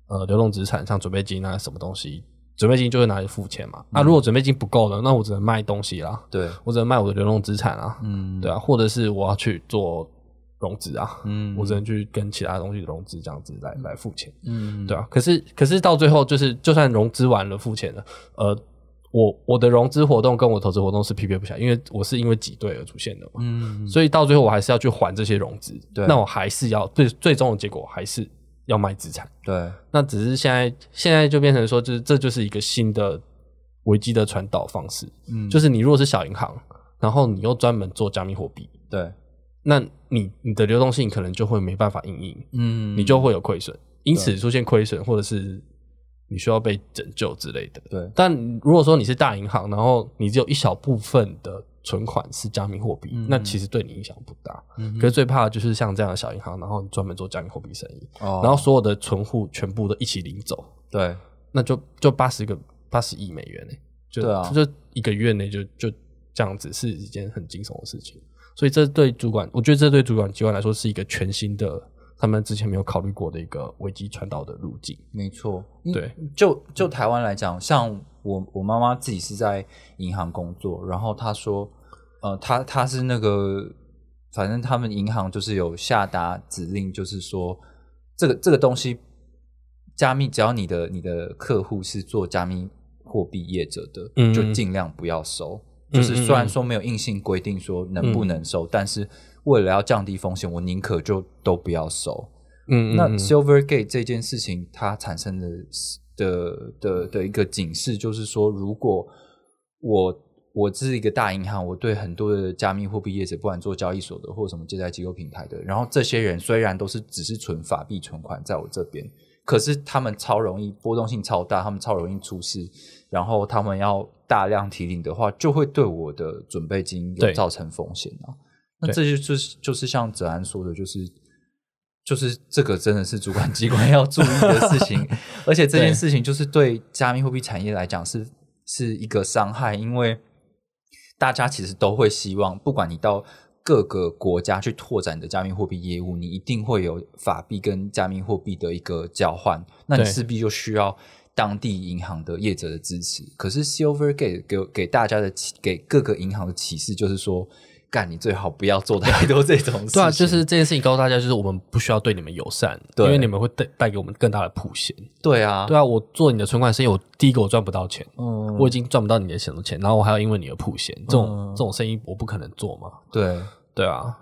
Speaker 3: 呃流动资产，像准备金啊什么东西，准备金就会拿来付钱嘛。
Speaker 2: 嗯
Speaker 3: 那、如果准备金不够了，那我只能卖东西啦，
Speaker 2: 对，
Speaker 3: 我只能卖我的流动资产啊，
Speaker 2: 嗯
Speaker 3: 对啊，或者是我要去做融资啊，
Speaker 2: 嗯
Speaker 3: 我只能去跟其他东西融资这样子来来付钱。
Speaker 2: 嗯
Speaker 3: 对啊，可是可是到最后，就是就算融资完了付钱了，呃，我我的融资活动跟我投资活动是匹配不起来，因为我是因为挤兑而出现的嘛，
Speaker 2: 嗯
Speaker 3: 所以到最后我还是要去还这些融资，
Speaker 2: 对
Speaker 3: 那我还是要最最终的结果还是要卖资产，
Speaker 2: 对，
Speaker 3: 那只是现在现在就变成说，就是这就是一个新的危机的传导方式，
Speaker 2: 嗯
Speaker 3: 就是你如果是小银行，然后你又专门做加密货币，
Speaker 2: 对，
Speaker 3: 那你你的流动性可能就会没办法应应，
Speaker 2: 嗯
Speaker 3: 你就会有亏损，因此出现亏损，或者是你需要被拯救之类的。
Speaker 2: 对，
Speaker 3: 但如果说你是大银行，然后你只有一小部分的存款是加密货币，
Speaker 2: 嗯
Speaker 3: 那其实对你影响不大。
Speaker 2: 嗯哼
Speaker 3: 可是最怕的就是像这样的小银行，然后你专门做加密货币生意，
Speaker 2: 哦
Speaker 3: 然后所有的存户全部都一起领走，
Speaker 2: 对，
Speaker 3: 那就就八十个八十亿美元呢、就
Speaker 2: 对啊
Speaker 3: 就一个月内就就这样子是一件很惊悚的事情。所以这对主管，我觉得这对主管机关来说是一个全新的，他们之前没有考虑过的一个危机传导的路径。
Speaker 2: 没错，
Speaker 3: 对，
Speaker 2: 就就台湾来讲，像我我妈妈自己是在银行工作，然后她说，呃，她她是那个，反正他们银行就是有下达指令，就是说这个这个东西加密，只要你的你的客户是做加密货币业者的，
Speaker 3: 嗯
Speaker 2: 就尽量不要收。
Speaker 3: 嗯
Speaker 2: 就是虽然说没有硬性规定说能不能收，但是为了要降低风险，我宁可就都不要收。
Speaker 3: 嗯
Speaker 2: 那 Silvergate 这件事情，它产生的的的的一个警示，就是说，如果我我是一个大银行，我对很多的加密货币业者，不管做交易所的或什么借贷机构平台的，然后这些人虽然都是只是存法币存款在我这边，可是他们超容易波动性超大，他们超容易出事，然后他们要大量提领的话，就会对我的准备金有
Speaker 3: 对
Speaker 2: 造成风险啊。那
Speaker 3: 对
Speaker 2: 这就就是就是像哲安说的，就是就是这个真的是主管机关要 <laughs> 注意的事情，而且这件事情就是对加密货币产业来讲是是一个伤害，因为大家其实都会希望，不管你到各个国家去拓展你的加密货币业务，你一定会有法币跟加密货币的一个交换，那你
Speaker 3: 对
Speaker 2: 势必就需要当地银行的业者的支持。可是 Silvergate 给给大家的启给各个银行的启示就是说，干你最好不要做太多这种事情。
Speaker 3: 对啊，就是这件事情告诉大家，就是我们不需要对你们友善，
Speaker 2: 对
Speaker 3: 因为你们会带带给我们更大的普险。
Speaker 2: 对啊，
Speaker 3: 对啊，我做你的存款生意，我第一个我赚不到钱，
Speaker 2: 嗯，
Speaker 3: 我已经赚不到你的钱了钱，然后我还要因为你而普险，这种、
Speaker 2: 嗯
Speaker 3: 这种生意我不可能做嘛。
Speaker 2: 对
Speaker 3: 对啊，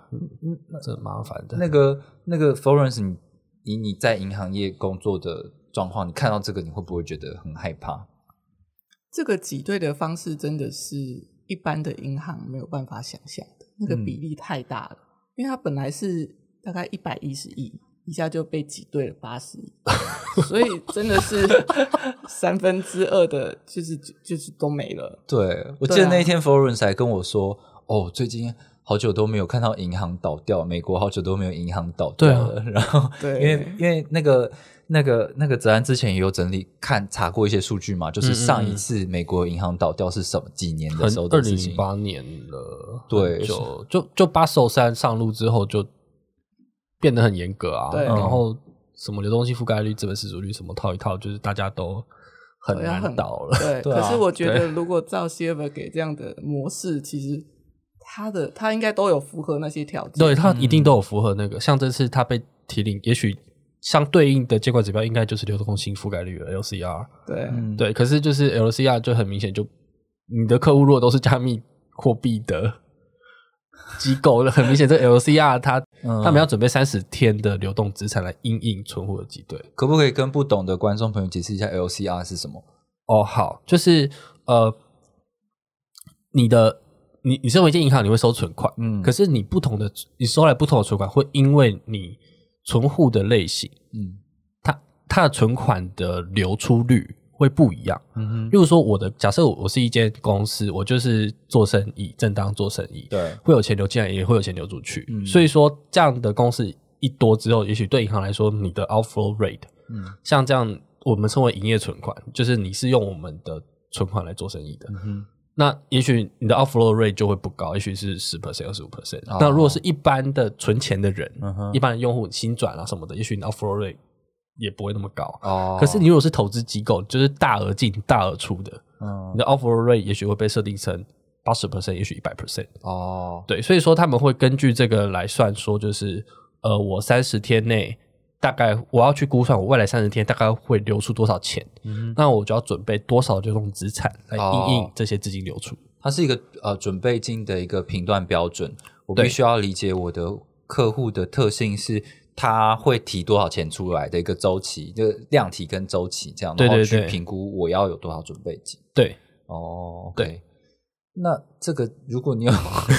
Speaker 3: 这很麻烦的。
Speaker 2: 那个那个 Florence，你以你在银行业工作的状况，你看到这个你会不会觉得很害怕？
Speaker 4: 这个挤兑的方式真的是一般的银行没有办
Speaker 3: 嗯
Speaker 4: 法想象的，那个比例太大了，因为它本来是大概一百一十亿，一下就被挤兑了八十，
Speaker 3: <laughs>
Speaker 4: 所以真的是三分之二的，就是就是都没了。
Speaker 2: 对，我
Speaker 4: 对
Speaker 2: 记得
Speaker 4: 啊
Speaker 2: 那一天 Florence 还跟我说，哦，最近好久都没有看到银行倒掉，美国好久都没有银行倒掉
Speaker 3: 对啊
Speaker 2: 了。 <laughs> 然后，
Speaker 4: 对
Speaker 2: 因为因为那个那个那个泽安之前也有整理看查过一些数据嘛，就是上一次美国银行倒掉是什么几年的
Speaker 3: 嗯很
Speaker 2: 时候
Speaker 3: 二
Speaker 2: 的
Speaker 3: 零
Speaker 2: 事情
Speaker 3: 零。八年了，
Speaker 2: 对
Speaker 3: 很久就就八手山上路之后就变得很严格啊，
Speaker 4: 对
Speaker 3: 然后什么流动性覆盖率、资本市足率什么套一套，就是大家都很
Speaker 4: 对啊
Speaker 3: 难
Speaker 4: 很
Speaker 3: 倒了。
Speaker 4: 对，
Speaker 2: 对啊
Speaker 4: 可是我觉
Speaker 3: <laughs> 对
Speaker 4: 得如果照 Silver 给这样的模式，其实他的他应该都有符合那些条件。
Speaker 3: <laughs> 对，它一定都有符合那
Speaker 2: 嗯
Speaker 3: 个，像这次它被提领，也许相对应的监管指标应该就是流动性覆盖率了 LCR，
Speaker 4: 对
Speaker 2: 嗯，
Speaker 3: 对，可是就是 LCR 就很明显，就你的客户如果都是加密货币的机构， <laughs> 很明显这 LCR 它、
Speaker 2: 嗯
Speaker 3: 他们要准备三十天的流动资产来应应存户的挤兑。
Speaker 2: 可不可以跟不懂的观众朋友解释一下 LCR 是什么？
Speaker 3: 哦，好，就是呃，你的你你身为一间银行，你会收存款，
Speaker 2: 嗯
Speaker 3: 可是你不同的你收来不同的存款，会因为你存户的类型，
Speaker 2: 嗯
Speaker 3: 它它的存款的流出率会不一样。
Speaker 2: 嗯哼，
Speaker 3: 例如说，我的假设我我是一间公司，我就是做生意，正当做生意，
Speaker 2: 对，
Speaker 3: 会有钱流进来，也会有钱流出去。
Speaker 2: 嗯
Speaker 3: 所以说，这样的公司一多之后，也许对银行来说，你的 outflow rate，
Speaker 2: 嗯
Speaker 3: 像这样我们称为营业存款，就是你是用我们的存款来做生意的。
Speaker 2: 嗯哼，
Speaker 3: 那也许你的 outflow rate 就会不高，也许是十 percent、二十五 percent
Speaker 2: 哦。
Speaker 3: 那如果是一般的存钱的人，
Speaker 2: 嗯哼
Speaker 3: 一般的用户新转啊什么的，也许你的 outflow rate 也不会那么高。
Speaker 2: 哦，
Speaker 3: 可是你如果是投资机构，就是大额进大额出的，
Speaker 2: 嗯
Speaker 3: 你的 outflow rate 也许会被设定成八十 percent，也许一百 percent。
Speaker 2: 哦，
Speaker 3: 对，所以说他们会根据这个来算，说就是呃，我三十天内大概我要去估算我未来三十天大概会流出多少钱，
Speaker 2: 嗯哼，
Speaker 3: 那我就要准备多少流动资产来
Speaker 2: 哦
Speaker 3: 应应这些资金流出。
Speaker 2: 它是一个呃准备金的一个评断标准，我
Speaker 3: 对
Speaker 2: 必须要理解我的客户的特性是。他会提多少钱出来的一个周期，就量体跟周期这样，
Speaker 3: 对对
Speaker 2: 然后去
Speaker 3: 对
Speaker 2: 评估我要有多少准备金。
Speaker 3: 对，
Speaker 2: 哦，
Speaker 3: 对。
Speaker 2: 那这个，如果你有， <laughs>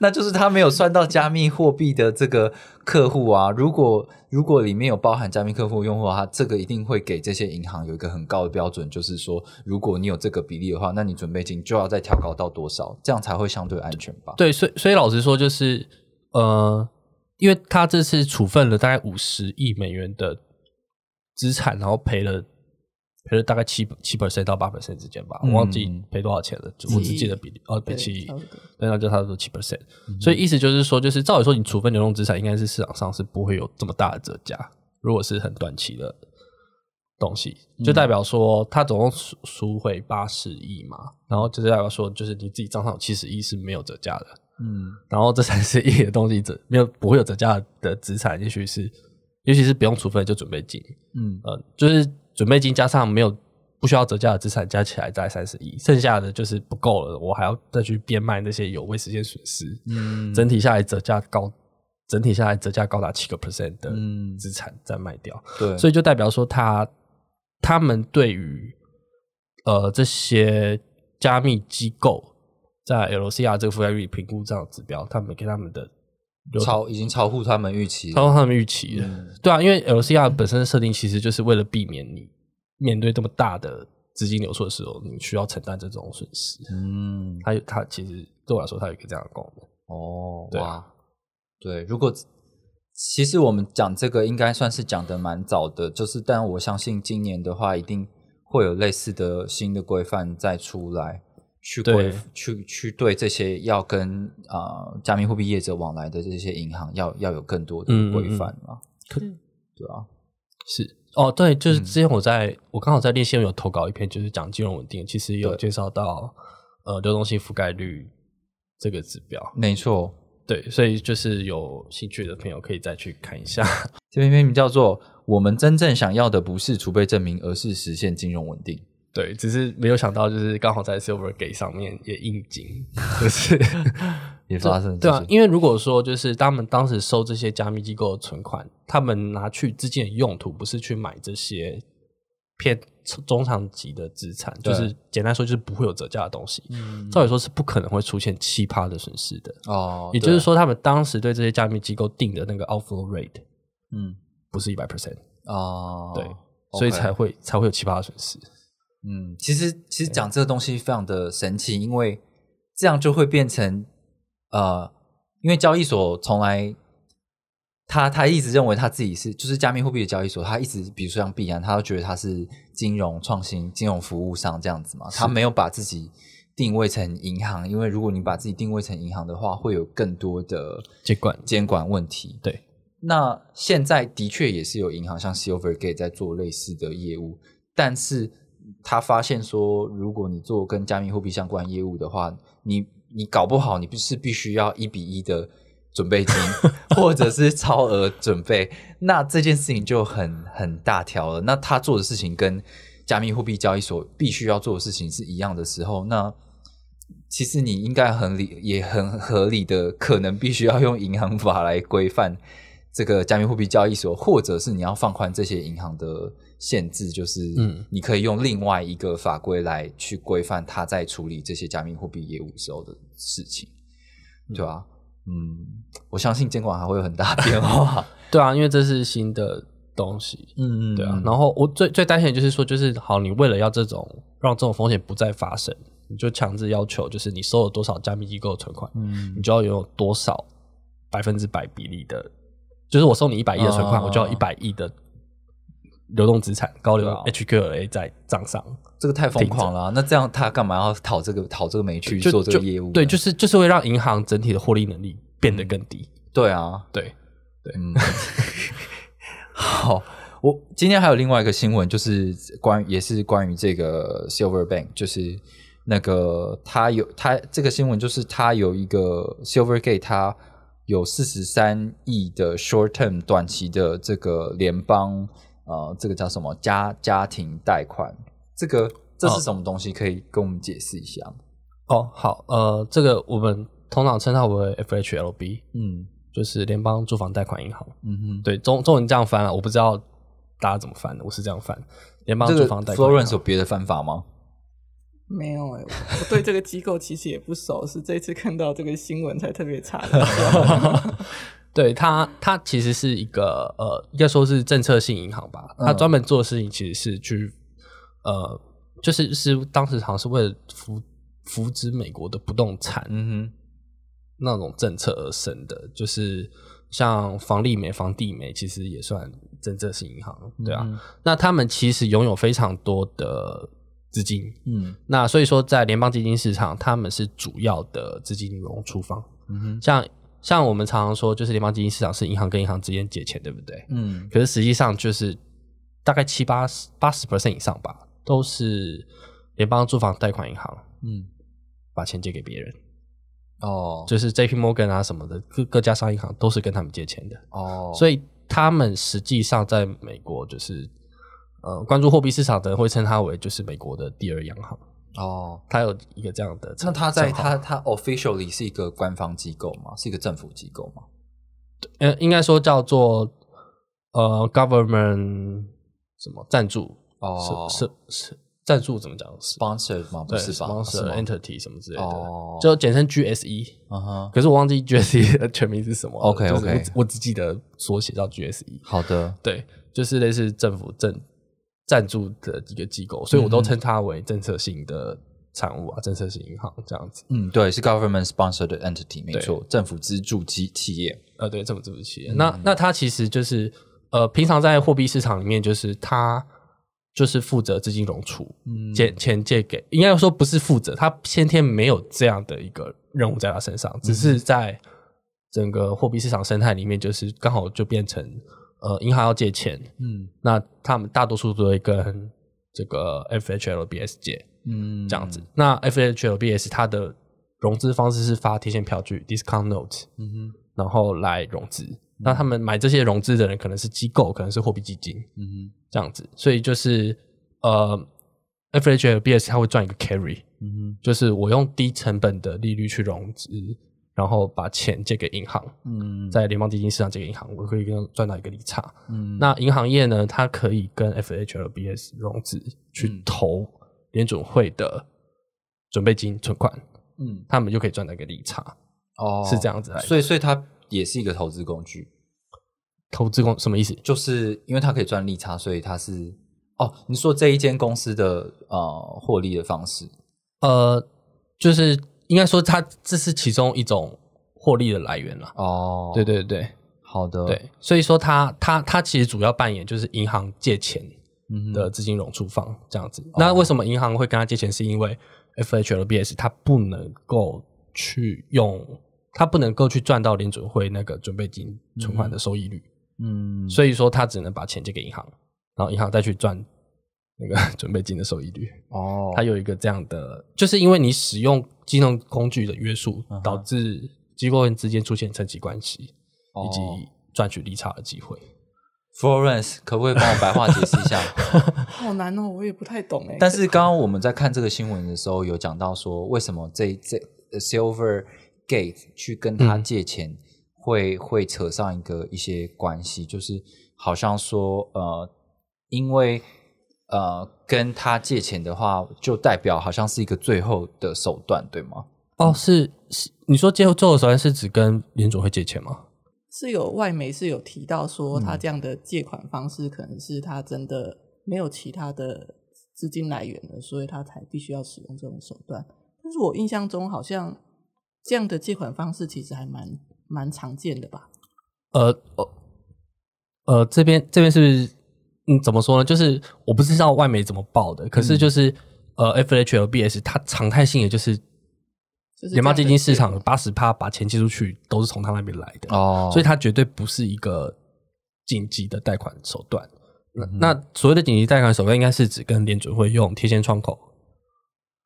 Speaker 2: 那就是他没有算到加密货币的这个客户啊。如果如果里面有包含加密客户用户的话，这个一定会给这些银行有一个很高的标准，就是说，如果你有这个比例的话，那你准备金就要再调高到多少，这样才会相对安全吧？
Speaker 3: 对，所以所以老实说，就是呃，因为他这次处分了大概五十亿美元的资产，然后赔了赔了大概七七 percent 到八 percent 之间吧，我忘记
Speaker 2: 嗯
Speaker 3: 赔多少钱了，我只记得比例哦，赔
Speaker 4: 对
Speaker 3: 七亿
Speaker 4: 差不多，嗯
Speaker 3: 对，那就差不多七 percent。所以意思就是说，就是照理说，你处分流动资产，应该是市场上是不会有这么大的折价，如果是很短期的。东西就
Speaker 4: 嗯
Speaker 3: 代表说，他总共赎赎回八十亿嘛，然后就是代表说，就是你自己账上有七十亿是没有折价的，
Speaker 2: 嗯，
Speaker 3: 然后这三十亿的东西折没有不会有折价的资产，也许是也许是不用处分就准备金，
Speaker 2: 嗯
Speaker 3: 呃，就是准备金加上没有不需要折价的资产加起来大概三十亿，剩下的就是不够了，我还要再去变卖那些有未实现损失，
Speaker 2: 嗯
Speaker 3: 整体下来折价高，整体下来折价高达七个 percent 的
Speaker 2: 嗯
Speaker 3: 资产再卖掉，
Speaker 2: 对，
Speaker 3: 所
Speaker 2: 以
Speaker 3: 以就代表说他他们对于呃这些加密机构在 LCR 这个覆盖率评估这样的指标，他们给他们的流超
Speaker 2: 超已经超乎他们预期了。
Speaker 3: 超他们预期的，
Speaker 2: 嗯
Speaker 3: 对啊，因为 LCR 本身的设定其实就是为了避免你面对这么大的资金流出的时候，你需要承担这种损失。
Speaker 2: 嗯，
Speaker 3: 它有它其实对我来说，它有一个这样的功能。
Speaker 2: 哦，
Speaker 3: 对啊
Speaker 2: 哇，对，如果其实我们讲这个应该算是讲的蛮早的，就是但我相信今年的话，一定会有类似的新的规范再出来，去规
Speaker 3: 对
Speaker 2: 去去对这些要跟啊、呃加密货币业者往来的这些银行要要有更多的
Speaker 3: 嗯嗯
Speaker 2: 规
Speaker 3: 嗯
Speaker 2: 范嘛，
Speaker 3: 可
Speaker 2: 对啊，
Speaker 3: 是哦，对，就是
Speaker 2: 嗯
Speaker 3: 之前我在、我刚好在练习有投稿一篇，就是讲金融稳定，其实有
Speaker 2: 对
Speaker 3: 介绍到呃流动性覆盖率这个指标。
Speaker 2: 没错，
Speaker 3: 对，所以就是有兴趣的朋友可以再去看一下。 <laughs>
Speaker 2: 这篇篇名叫做“我们真正想要的不是储备证明，而是实现金融稳定”。
Speaker 3: 对，只是没有想到，就是刚好在 Silvergate 上面也应景，就是
Speaker 2: 也发生了
Speaker 3: 对
Speaker 2: 这
Speaker 3: 啊
Speaker 2: 些，
Speaker 3: 因为如果说就是他们当时收这些加密机构的存款，他们拿去资金的用途不是去买这些偏中长期的资产，
Speaker 2: 对
Speaker 3: 就是简单说就是不会有折价的东西。照理说是不可能会出现奇葩的损失的。
Speaker 2: 哦，
Speaker 3: 也就是
Speaker 2: 对，
Speaker 3: 说，他们当时对这些加密机构定的那个 outflow rate，
Speaker 2: 嗯，
Speaker 3: 不是一百 percent，
Speaker 2: 哦，
Speaker 3: 对
Speaker 2: OK
Speaker 3: 所以才会才会有七八的损失。
Speaker 2: 嗯，其实其实讲这个东西非常的神奇，因为这样就会变成呃，因为交易所从来他他一直认为他自己是就是加密货币的交易所，他一直比如说像币安，他都觉得他是金融创新、金融服务商这样子嘛，他没有把自己定位成银行，因为如果你把自己定位成银行的话，会有更多的
Speaker 3: 监管
Speaker 2: 监管问题。
Speaker 3: 对，
Speaker 2: 那现在的确也是有银行像 Silvergate 在做类似的业务，但是他发现说，如果你做跟加密货币相关业务的话，你你搞不好你不是必须要一比一的准备金，或者是超额准备，那这件事情就很很大条了。那他做的事情跟加密货币交易所必须要做的事情是一样的时候，那其实你应该很理也很合理的，可能必须要用银行法来规范这个加密货币交易所，或者是你要放宽这些银行的限制，就是
Speaker 3: 嗯
Speaker 2: 你可以用另外一个法规来去规范它在处理这些加密货币业务时候的事情，对吧、嗯，我相信监管还会有很大的变化。
Speaker 3: 对啊，因为这是新的东西，
Speaker 2: 嗯，
Speaker 3: 对啊。然后我最最担心的就是说，就是好，你为了要这种让这种风险不再发生，你就强制要求，就是你收了多少加密机构的存款，
Speaker 2: 嗯
Speaker 3: 你就要拥有多少百分之百比例的，就是我收你一百亿的存款，
Speaker 2: 哦
Speaker 3: 我就要一百亿的流动资产高流
Speaker 2: 对啊
Speaker 3: HQLA 在账上，
Speaker 2: 这个太疯狂了啊、那这样他干嘛要讨这个讨这个没去
Speaker 3: 就
Speaker 2: 做这
Speaker 3: 就
Speaker 2: 个业务呢？
Speaker 3: 对，就是就是会让银行整体的获利能力变得更低，
Speaker 2: 对啊，
Speaker 3: 对，
Speaker 2: 嗯，好，我今天还有另外一个新闻，就是关于也是关于这个 Silver Bank，就是那个他有他这个新闻就是他有一个 Silver Gate，他有四十三亿的 short term 短期的这个联邦呃，这个叫什么家家庭贷款，这个这是什么东西？可以跟我们解释一下吗？
Speaker 3: 哦，好，呃，这个我们通常称它为 FHLB，
Speaker 2: 嗯
Speaker 3: 就是联邦住房贷款银行。
Speaker 2: 嗯
Speaker 3: 对，中中文这样翻啊，我不知道大家怎么翻的，我是这样翻。联邦
Speaker 2: 哼，这
Speaker 3: 住
Speaker 2: 个
Speaker 3: 房贷款银啊
Speaker 2: Florence 有
Speaker 3: 行。
Speaker 2: 别的方法吗？
Speaker 4: 没有哎、
Speaker 2: <laughs>
Speaker 4: 我我对这个机构其实也不熟，是这次看到这个新闻才特别查
Speaker 2: <laughs>
Speaker 4: 的。
Speaker 3: 对它，它其实是一个呃，应该说是政策性银行吧。它
Speaker 2: 嗯
Speaker 3: 专门做的事情其实是去呃，就是是当时好像是为了扶扶植美国的不动产
Speaker 2: 嗯
Speaker 3: 那种政策而生的，就是像房利美、房地美，其实也算政策性银行，
Speaker 2: 哼，
Speaker 3: 对啊。
Speaker 2: 嗯
Speaker 3: 那他们其实拥有非常多的资金，
Speaker 2: 嗯
Speaker 3: 那所以说在联邦基金市场，他们是主要的资金融出方。
Speaker 2: 嗯哼，
Speaker 3: 像像我们常常说，就是联邦基金市场是银行跟银行之间借钱，对不对？
Speaker 2: 嗯
Speaker 3: 可是实际上就是大概七八十八十 percent 以上吧，都是联邦住房贷款银行
Speaker 2: 嗯。
Speaker 3: 把钱借给别人，
Speaker 2: 哦，
Speaker 3: 就是 J P Morgan 啊什么的，各各家商业银行都是跟他们借钱的。
Speaker 2: 哦，以
Speaker 3: 所以他们实际上在美国就是呃关注货币市场的人会称它为就是美国的第二央行，
Speaker 2: 哦，
Speaker 3: 它有一个这样的称。
Speaker 2: 那他在
Speaker 3: 称号
Speaker 2: 他他 officially 是一个官方机构吗？是一个政府机构吗？
Speaker 3: 呃应该说叫做呃 government 什么赞助
Speaker 2: 哦
Speaker 3: 是是是赞助怎么讲是
Speaker 2: ，sponsor 吗？不
Speaker 3: 对
Speaker 2: 是吧
Speaker 3: sponsor
Speaker 2: 是吗
Speaker 3: entity 什么之类的，
Speaker 2: 哦
Speaker 3: 就简称 GSE。
Speaker 2: 嗯哼，
Speaker 3: 可是我忘记 GSE 的全名是什么了
Speaker 2: OK，
Speaker 3: 就是
Speaker 2: OK
Speaker 3: 我只我只记得缩写叫 E GSE。
Speaker 2: 好的，
Speaker 3: 对，就是类似政府政赞助的一个机构，所以我都称它为政策性的产物啊，政策性银行这样子。
Speaker 2: 嗯，对，是 government sponsored entity，没
Speaker 3: 对
Speaker 2: 错，政府资助企企业，
Speaker 3: 呃，对，政府支付企业。那那它其实就是呃，平常在货币市场里面，就是它就是负责资金融出，
Speaker 2: 嗯
Speaker 3: 借钱借给，应该说不是负责，他先天没有这样的一个任务在他身上，只是在整个货币市场生态里面，就是刚好就变成呃，银行要借钱，
Speaker 2: 嗯
Speaker 3: 那他们大多数都会跟这个 FHLBS 借
Speaker 2: 嗯，
Speaker 3: 这样子。，那 FHLBS 它的融资方式是发贴现票据 （discount note），
Speaker 2: 嗯哼，
Speaker 3: 然后来融资。
Speaker 2: 嗯
Speaker 3: 那他们买这些融资的人可能是机构，可能是货币基金
Speaker 2: 嗯
Speaker 3: 这样子，所以就是呃，FHLBS 它会赚一个 carry，
Speaker 2: 哼，嗯哼，
Speaker 3: 就是我用低成本的利率去融资，然后把钱借给银行，
Speaker 2: 嗯，
Speaker 3: 在联邦基金市场借给银行，我可以跟赚到一个利差。
Speaker 2: 嗯
Speaker 3: 那银行业呢，它可以跟 FHLBS 融资
Speaker 2: 嗯
Speaker 3: 去投联准会的准备金存款，
Speaker 2: 嗯
Speaker 3: 他们就可以赚到一个利差，
Speaker 2: 哦，
Speaker 3: 是这样子来的。
Speaker 2: 所以所以它也是一个投资工具，
Speaker 3: 投资公什么意思？
Speaker 2: 就是因为它可以赚利差，所以它是哦，你说这一间公司的呃获利的方式，
Speaker 3: 呃，就是应该说它这是其中一种获利的来源啦。
Speaker 2: 哦，
Speaker 3: 对，对对
Speaker 2: 好的，，
Speaker 3: 对，所以说它它它其实主要扮演就是银行借钱
Speaker 2: 嗯哼
Speaker 3: 的资金融出方这样子。那为什么银行会跟他借钱？是因为 FHLBS 它不能够去用，它不能够去赚到联准会那个准备金存款的收益率，
Speaker 2: 嗯，
Speaker 3: 所以说它只能把钱借给银行，然后银行再去赚那个 <laughs> 准备金的收益率。
Speaker 2: 哦，
Speaker 3: 它有一个这样的，就是因为你使用金融工具的约束，导致机构之间出现层级关系，
Speaker 2: 哦
Speaker 3: 以及赚取利差的机会。
Speaker 2: Florence 可不可以帮我白话解释一下？ <laughs>
Speaker 4: 好难哦，我也不太懂哎。
Speaker 2: 但是刚刚我们在看这个新闻的时候，有讲到说为什么这这呃 Silver Gate 去跟他借钱会、会扯上一个一些关系，就是好像说呃，因为呃跟他借钱的话，就代表好像是一个最后的手段，对吗？
Speaker 3: 哦，是是，你说借做的手段是指跟联总会借钱吗？
Speaker 4: 是有外媒是有提到说，
Speaker 2: 嗯
Speaker 4: 他这样的借款方式可能是他真的没有其他的资金来源了，所以他才必须要使用这种手段。但是我印象中好像这样的借款方式其实还蛮蛮常见的吧？
Speaker 3: 呃呃呃，这边这边是不是嗯怎么说呢？就是我不知道外媒怎么报的，可
Speaker 4: 嗯
Speaker 3: 是就是、呃 FHLBS 它常态性也就是
Speaker 4: 就是
Speaker 3: 联邦基金市
Speaker 4: 这
Speaker 3: 场
Speaker 4: 样的
Speaker 3: 八十趴把钱借出去都是从他那边来的，
Speaker 2: 哦
Speaker 3: 所以它绝对不是一个紧急的贷款手段。
Speaker 4: 嗯
Speaker 3: 那那所谓的紧急贷款手段，应该是指跟联准会用贴现窗口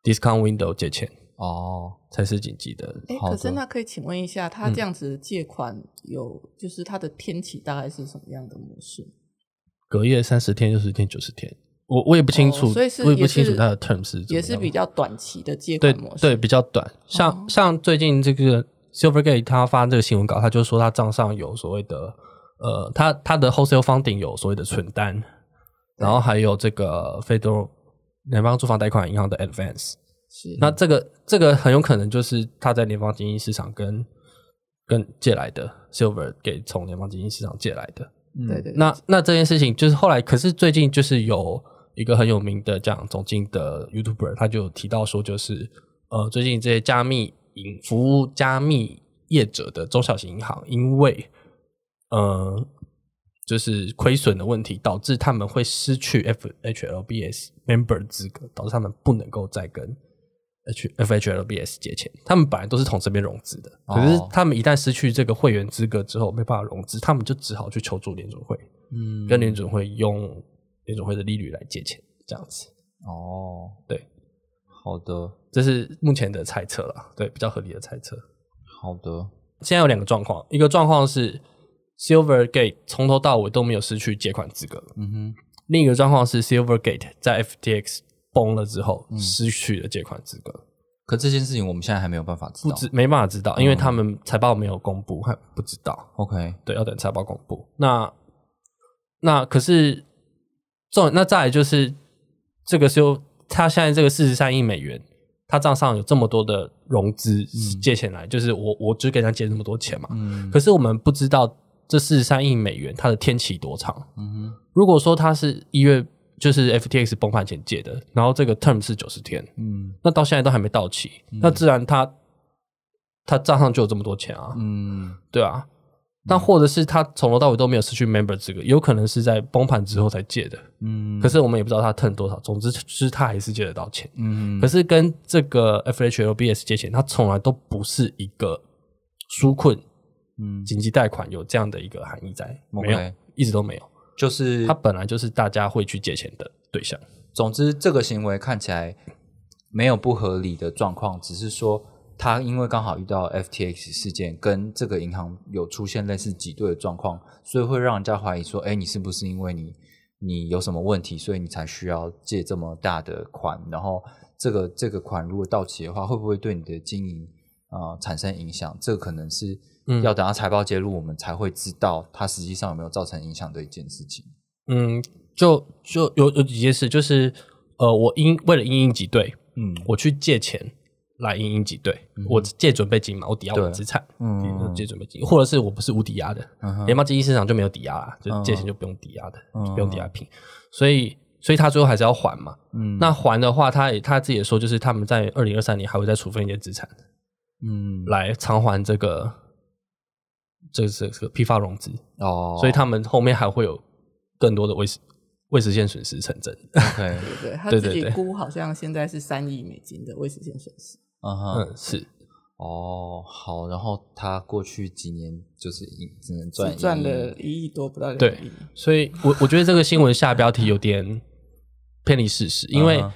Speaker 3: discount window 借钱
Speaker 2: 哦，
Speaker 3: 才是紧急的
Speaker 4: 借款。哎，
Speaker 2: 好
Speaker 4: 可
Speaker 2: 的嗯
Speaker 4: 是那可以请问一下，他这样子的借款有、就是他的天期大概是什么样的模式？
Speaker 3: 隔夜三十天、六十天、九十天，我我也不清楚，
Speaker 4: 哦所以是
Speaker 3: 我也不
Speaker 4: 也是
Speaker 3: 清楚它的 term 是怎么
Speaker 4: 也
Speaker 3: 样
Speaker 4: 是比较短期的借
Speaker 3: 对
Speaker 4: 款模式，哦
Speaker 3: 对比较短，像、像最近这个 Silvergate 他发这个新闻稿，他就说他账上有所谓的呃，他他的 wholesale funding 有所谓的存单，然后还有这个 Federal 联邦住房贷款银行的 advance，
Speaker 4: 是
Speaker 3: 那这个这个很有可能就是他在联邦基金市场跟跟借来的 Silver 给从联邦基金市场借来的，
Speaker 2: 嗯
Speaker 4: 对对对
Speaker 3: 那那这件事情就是后来，可是最近就是有一个很有名的这样总经的 YouTuber，他就有提到说，就是呃，最近这些加密银服务加密业者的中小型银行，因为呃就是亏损的问题，导致他们会失去 FHLBS member 资格，导致他们不能够再跟 H FHLBS 借钱。他们本来都是从这边融资的，
Speaker 2: 哦
Speaker 3: 可是他们一旦失去这个会员资格之后，没办法融资，他们就只好去求助联准会，
Speaker 2: 嗯
Speaker 3: 跟联准会用联准会的利率来借钱，这样子。
Speaker 2: 哦，
Speaker 3: 对，
Speaker 2: 好的
Speaker 3: 这是目前的猜测啦，对，比较合理的猜测。
Speaker 2: 好的，
Speaker 3: 现在有两个状况，一个状况是 Silvergate 从头到尾都没有失去借款资格，
Speaker 2: 嗯哼，
Speaker 3: 另一个状况是 Silvergate 在 FTX 崩了之后
Speaker 2: 嗯
Speaker 3: 失去了借款资格，
Speaker 2: 可这件事情我们现在还没有办法知
Speaker 3: 不
Speaker 2: 道嗯
Speaker 3: 知没办法知道，因为他们财报没有公布，还不知道。
Speaker 2: ，OK，
Speaker 3: 对，要等财报公布。那那可是重，那再来就是这个修，他现在这个四十三亿美元，他账上有这么多的融资借钱来，就是我我只给他借这么多钱嘛。
Speaker 2: 嗯
Speaker 3: 可是我们不知道这四十三亿美元它的天期多长。
Speaker 2: 嗯哼，
Speaker 3: 如果说它是一月就是 FTX 崩盘前借的，然后这个 term 是九十天，
Speaker 2: 嗯
Speaker 3: 那到现在都还没到期，那自然他他账上就有这么多钱啊，
Speaker 2: 嗯。
Speaker 3: 对啊。那或者是他从头到尾都没有失去 member 资格，有可能是在崩盘之后才借的，
Speaker 2: 嗯
Speaker 3: 可是我们也不知道他 turn 多少，总之就是他还是借得到钱。
Speaker 2: 嗯
Speaker 3: 可是跟这个 FHLBS 借钱，它从来都不是一个纾困
Speaker 2: 嗯，
Speaker 3: 紧急贷款有这样的一个含义在，没
Speaker 2: OK
Speaker 3: 有，一直都没有。
Speaker 2: 就是
Speaker 3: 它本来就是大家会去借钱的对象。
Speaker 2: 总之这个行为看起来没有不合理的状况，只是说他因为刚好遇到 FTX 事件，跟这个银行有出现类似挤兑的状况，所以会让人家怀疑说，哎，你是不是因为你你有什么问题，所以你才需要借这么大的款？然后这个这个款如果到期的话，会不会对你的经营啊、呃产生影响？这可能是
Speaker 3: 嗯
Speaker 2: 要等到财报揭露，我们才会知道它实际上有没有造成影响的一件事情。
Speaker 3: 嗯，就就有有几件事，就是呃，我因为了因应急兑，
Speaker 2: 嗯
Speaker 3: 我去借钱，来应应急，对
Speaker 2: 嗯
Speaker 3: 我借准备金嘛，我抵押我的
Speaker 2: 对啊
Speaker 3: 资产，
Speaker 2: 嗯
Speaker 3: 借准备金，或者是我不是无抵押的，
Speaker 2: 嗯哼
Speaker 3: 联邦基金市场就没有抵押啦，就
Speaker 2: 嗯
Speaker 3: 借钱就不用抵押的，
Speaker 2: 嗯
Speaker 3: 就不用抵押品，所以所以他最后还是要还嘛。
Speaker 2: 嗯
Speaker 3: 那还的话，他也他自己也说，就是他们在二零二三年还会再处分一些资产
Speaker 2: 嗯
Speaker 3: 来偿还这个这这这个批发融资，
Speaker 2: 哦，
Speaker 3: 所以他们后面还会有更多的未实未实现损失成真。
Speaker 2: OK，
Speaker 4: 对不对？他
Speaker 3: 对
Speaker 4: 自
Speaker 3: 对
Speaker 4: 己
Speaker 3: 对
Speaker 4: 估好像现在是三亿美金的未实现损失。
Speaker 2: 嗯哼，
Speaker 3: 嗯， <laughs> 是
Speaker 2: 哦，好，然后他过去几年就是赢只能
Speaker 4: 只
Speaker 2: 赚
Speaker 4: 赚
Speaker 2: 一
Speaker 4: 了一亿多，不到两
Speaker 3: 对
Speaker 4: 亿。
Speaker 3: 所以我我觉得这个新闻下标题有点偏离事实，因为、
Speaker 2: 嗯哼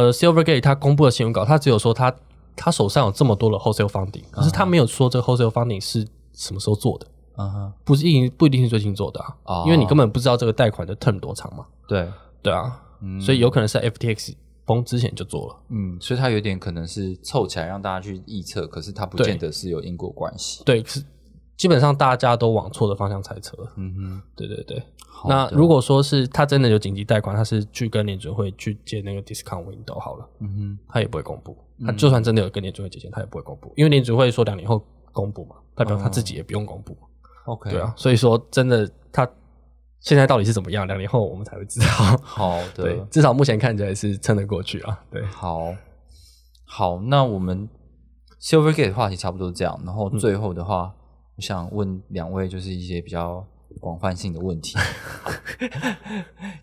Speaker 3: 呃，Silvergate 他公布的新闻稿，他只有说他他手上有这么多的 wholesale funding，可是他没有说这个 wholesale funding 是什么时候做的，
Speaker 2: 嗯哼，
Speaker 3: 不是一定不一定是最近做的啊，
Speaker 2: 哦
Speaker 3: 因为你根本不知道这个贷款的 term 多长嘛，
Speaker 2: 对，
Speaker 3: 对啊，
Speaker 2: 嗯
Speaker 3: 所以有可能是 FTX 崩之前就做了，
Speaker 2: 嗯，所以他有点可能是凑起来让大家去臆测，可是他不
Speaker 3: 对
Speaker 2: 见得是有因果关系。
Speaker 3: 对，是基本上大家都往错的方向猜测，
Speaker 2: 嗯哼，
Speaker 3: 对对对。
Speaker 2: 好
Speaker 3: 那
Speaker 2: 的
Speaker 3: 如果说是他真的有紧急贷款，他是去跟联准会去借那个 discount window 好了，
Speaker 2: 嗯哼，
Speaker 3: 他也不会公布。
Speaker 2: 嗯
Speaker 3: 他就算真的有跟联准会借钱，他也不会公布，因为联准会说两年后公布嘛，代
Speaker 2: 哦
Speaker 3: 表他自己也不用公布嘛。
Speaker 2: OK，
Speaker 3: 对啊，，所以说真的他现在到底是怎么样，两年后我们才会知道。
Speaker 2: <laughs> 好的，
Speaker 3: 对，至少目前看起来是撑得过去啊。对，
Speaker 2: 好，好，那我们 Silvergate 的话题差不多这样，然后最后的话，我想问两位就是一些比较广泛性的问题，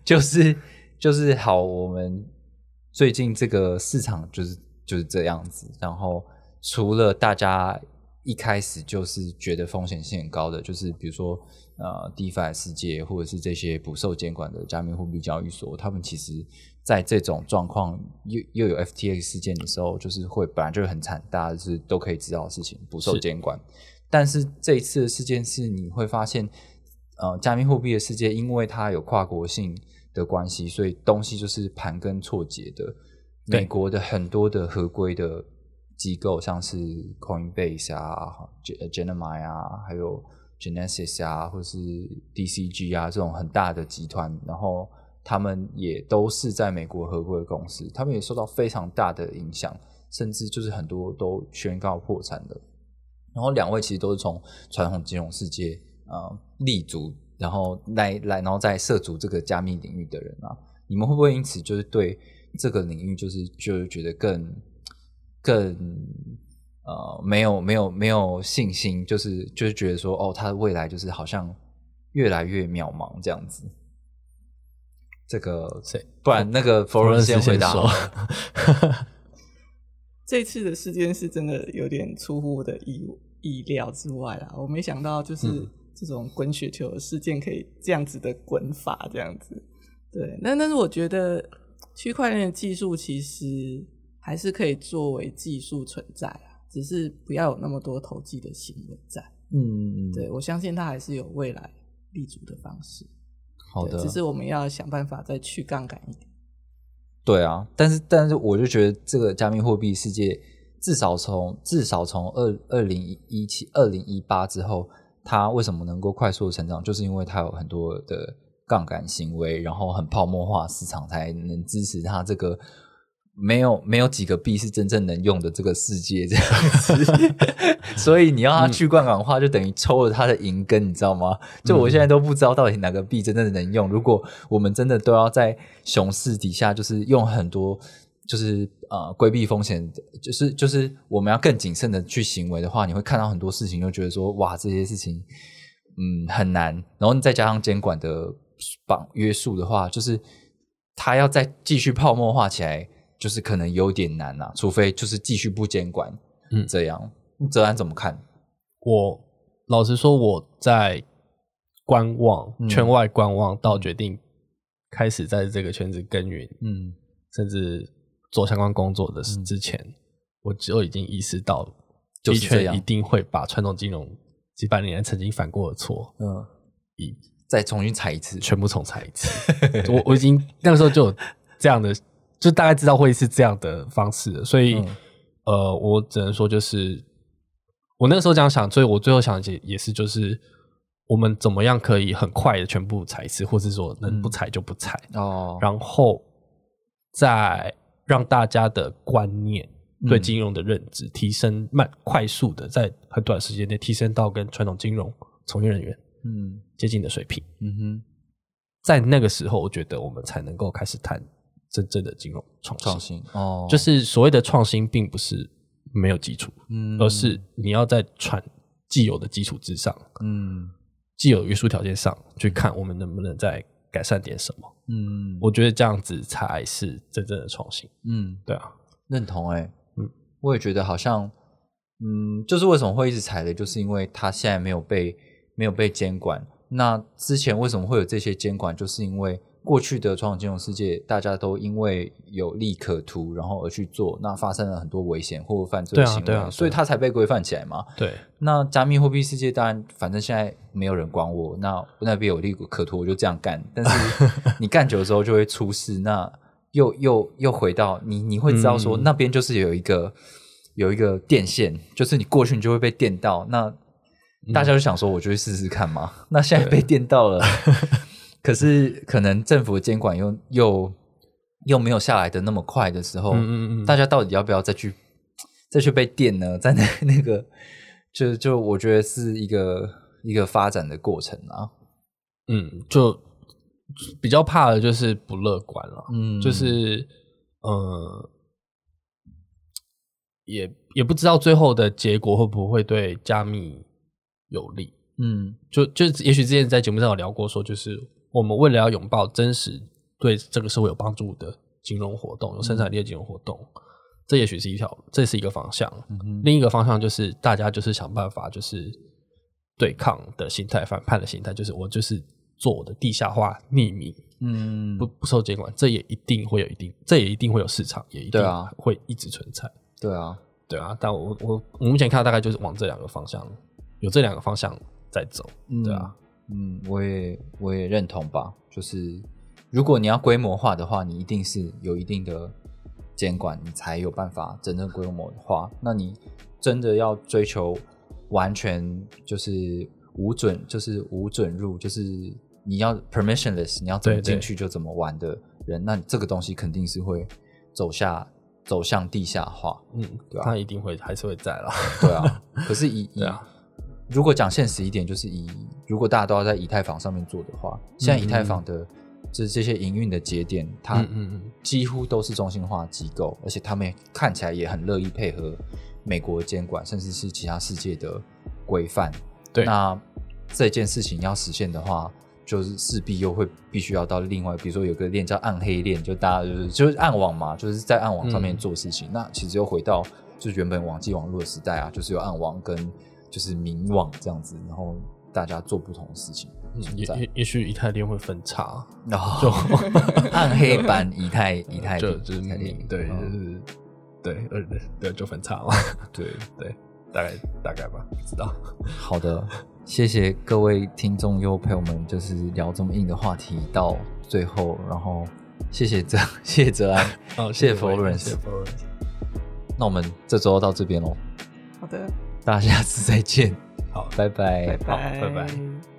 Speaker 2: 就是就是好，我们最近这个市场就是就是这样子，然后除了大家一开始就是觉得风险性很高的，就是比如说呃 DeFi 世界或者是这些不受监管的加密货币交易所，他们其实在这种状况又又有 FTX 事件的时候，就是会本来就很惨，大家就是都可以知道的事情，不受
Speaker 3: 是
Speaker 2: 监管。但是这一次的事件是，你会发现，呃，加密货币的世界，因为它有跨国性的关系，所以东西就是盘根错节的。
Speaker 3: 对
Speaker 2: 美国的很多的合规的机构，像是 Coinbase 啊、Ge- Gemini 啊，还有 Genesis 啊，或是 DCG 啊这种很大的集团，然后他们也都是在美国合规的公司，他们也受到非常大的影响，甚至就是很多都宣告破产了。然后两位其实都是从传统金融世界呃立足，然后来来，然后再涉足这个加密领域的人啊，你们会不会因此就是对这个领域就是就是觉得更更呃没有没有没有信心，就是就是觉得说哦，它的未来就是好像越来越渺茫这样子。这个
Speaker 3: 谁
Speaker 2: 不然那个佛伦先回答好
Speaker 3: 说
Speaker 2: 了，。
Speaker 3: <laughs>
Speaker 4: 这次的事件是真的有点出乎我的意意料之外啦，我没想到
Speaker 2: 嗯
Speaker 4: 就是这种滚雪球的事件可以这样子的滚法，这样子。对，那但是我觉得区块链的技术其实还是可以作为技术存在啊，只是不要有那么多投机的行为在。
Speaker 2: 嗯，嗯嗯
Speaker 4: 对，我相信它还是有未来立足的方式。
Speaker 2: 好的
Speaker 4: 对，只是我们要想办法再去杠杆一点。
Speaker 2: 对啊，但是但是我就觉得这个加密货币世界，至少从至少从二二零一七、二零一八之后，它为什么能够快速地成长，就是因为它有很多的杠杆行为，然后很泡沫化市场才能支持它这个。没有没有几个币是真正能用的这个世界这样子， <laughs> 所以你要它去杠杆化，就等于抽了它的银根，你知道吗？就我现在都不知道到底哪个币真正能用。如果我们真的都要在熊市底下，就是用很多就是呃规避风险，就是就是我们要更谨慎的去行为的话，你会看到很多事情，就觉得说哇这些事情嗯很难，然后再加上监管的绑约束的话，就是它要再继续泡沫化起来，就是可能有点难啊，除非就是继续不监管，
Speaker 3: 嗯
Speaker 2: 这样。泽安怎么看？
Speaker 3: 我老实说，我在观望、
Speaker 2: 嗯
Speaker 3: 圈外观望，到决定开始在这个圈子耕耘，
Speaker 2: 嗯
Speaker 3: 甚至做相关工作的时之前，我就已经意识到，
Speaker 2: 就是
Speaker 3: 币
Speaker 2: 这
Speaker 3: 圈
Speaker 2: 样
Speaker 3: 一定会把传统金融几百年来曾经犯过的错
Speaker 2: 嗯，再重新踩一次，
Speaker 3: 全部重踩一次。
Speaker 2: <laughs>
Speaker 3: 我我已经那个时候就有这样的，就大概知道会是这样的方式了，所以、
Speaker 2: 嗯
Speaker 3: 呃，我只能说就是我那个时候这样想，所以我最后想也也是就是。我们怎么样可以很快的全部踩一次，或是说能
Speaker 2: 嗯
Speaker 3: 不踩就不踩，
Speaker 2: 哦，
Speaker 3: 然后再让大家的观念
Speaker 2: 嗯
Speaker 3: 对金融的认知，提升慢快速的在很短时间内提升到跟传统金融从业人员
Speaker 2: 嗯
Speaker 3: 接近的水平。
Speaker 2: 嗯哼，
Speaker 3: 在那个时候，我觉得我们才能够开始谈真正的金融创新。
Speaker 2: 创新哦，
Speaker 3: 就是所谓的创新，并不是没有基础，
Speaker 2: 嗯
Speaker 3: 而是你要在传既有的基础之上，
Speaker 2: 嗯
Speaker 3: 既有约束条件上去看我们能不能再改善点什么。
Speaker 2: 嗯
Speaker 3: 我觉得这样子才是真正的创新。
Speaker 2: 嗯
Speaker 3: 对啊，
Speaker 2: 认同哎、
Speaker 3: 嗯
Speaker 2: 嗯，我也觉得好像，嗯，就是为什么会一直踩雷，就是因为它现在没有被没有被监管。那之前为什么会有这些监管，就是因为过去的传统金融世界，大家都因为有利可图，然后而去做，那发生了很多危险或犯罪
Speaker 3: 对啊
Speaker 2: 行为，
Speaker 3: 对啊对啊
Speaker 2: 所以它才被规范起来嘛。
Speaker 3: 对
Speaker 2: 那加密货币世界当然，反正现在没有人管我，那那边有利可图，我就这样干。但
Speaker 3: <laughs>
Speaker 2: 是你干久的时候就会出事，那又又又回到你，你会知道说、
Speaker 3: 嗯
Speaker 2: 那边就是有一个有一个电线，就是你过去你就会被电到。那
Speaker 3: 嗯
Speaker 2: 大家就想说，我就去试试看嘛。那现在被电到
Speaker 3: <laughs>
Speaker 2: 了，可是可能政府的监管又又又没有下来的那么快的时候，
Speaker 3: 嗯嗯嗯
Speaker 2: 大家到底要不要再去再去被电呢？ <laughs> 在那那个，就就我觉得是一个一个发展的过程啊。
Speaker 3: 嗯，就比较怕的就是不乐观了。
Speaker 2: 嗯
Speaker 3: 就是呃，也也不知道最后的结果会不会对加密有利。
Speaker 2: 嗯
Speaker 3: 就就也许之前在节目上有聊过，说就是我们为了要拥抱真实对这个社会有帮助的金融活动，有生产力的金融活动，这也许是一条，这是一个方向。
Speaker 2: 嗯
Speaker 3: 另一个方向就是大家就是想办法，就是对抗的心态、反叛的心态，就是我就是做我的地下化、匿名，
Speaker 2: 嗯
Speaker 3: 不不受监管，这也一定会有一定，这也一定会有市场，也一定
Speaker 2: 对啊
Speaker 3: 会一直存在，
Speaker 2: 对啊，
Speaker 3: 对啊。但我我我目前看到大概就是往这两个方向，有这两个方向在走，对啊，
Speaker 2: 嗯，我也我也认同吧。就是如果你要规模化的话，你一定是有一定的监管，你才有办法真正规模化。那你真的要追求完全就是无准，就是无准入，就是你要 permissionless，你要怎么
Speaker 3: 对对
Speaker 2: 进去就怎么玩的人，那这个东西肯定是会走下走向地下化。
Speaker 3: 嗯，
Speaker 2: 对啊
Speaker 3: 它一定会还是会在啦，
Speaker 2: 对啊， <laughs> 可是以以、
Speaker 3: 对啊
Speaker 2: 如果讲现实一点，就是以如果大家都要在以太坊上面做的话，现在以太坊的这、这些营运的节点，它
Speaker 3: 嗯嗯嗯，
Speaker 2: 几乎都是中心化机构，而且他们也看起来也很乐意配合美国的监管，甚至是其他世界的规范。
Speaker 3: 对
Speaker 2: 那这件事情要实现的话。就是势必又会必须要到另外，比如说有个链叫暗黑链，就大家就是就是暗网嘛，就是在暗网上面
Speaker 3: 嗯
Speaker 2: 做事情。那其实又回到就是原本网际网络的时代啊，就是有暗网跟就是明网这样子，然后大家做不同的事情
Speaker 3: 嗯
Speaker 2: 存
Speaker 3: 也
Speaker 2: 在。
Speaker 3: 也也许以太链会分叉，
Speaker 2: 然后 <laughs> 暗黑版以太以太
Speaker 3: 就
Speaker 2: 币
Speaker 3: 就是
Speaker 2: 以太币
Speaker 3: 明对，就
Speaker 2: 嗯
Speaker 3: 是对，呃对，就分叉嘛，
Speaker 2: 对，
Speaker 3: 对， <laughs> 大概大概吧，不知道，
Speaker 2: 好的，谢谢各位听众又陪我们就是聊这么硬的话题到最后，然后谢谢泽 <laughs> 谢谢泽安，
Speaker 3: 哦，
Speaker 2: 谢谢
Speaker 3: 我
Speaker 2: Florence
Speaker 3: 谢谢 Florence，
Speaker 2: 那我们这周到这边喽，
Speaker 4: 好的，
Speaker 2: 大家下次再见，
Speaker 3: 好，
Speaker 2: 哎拜拜
Speaker 4: 拜拜，
Speaker 3: 拜拜。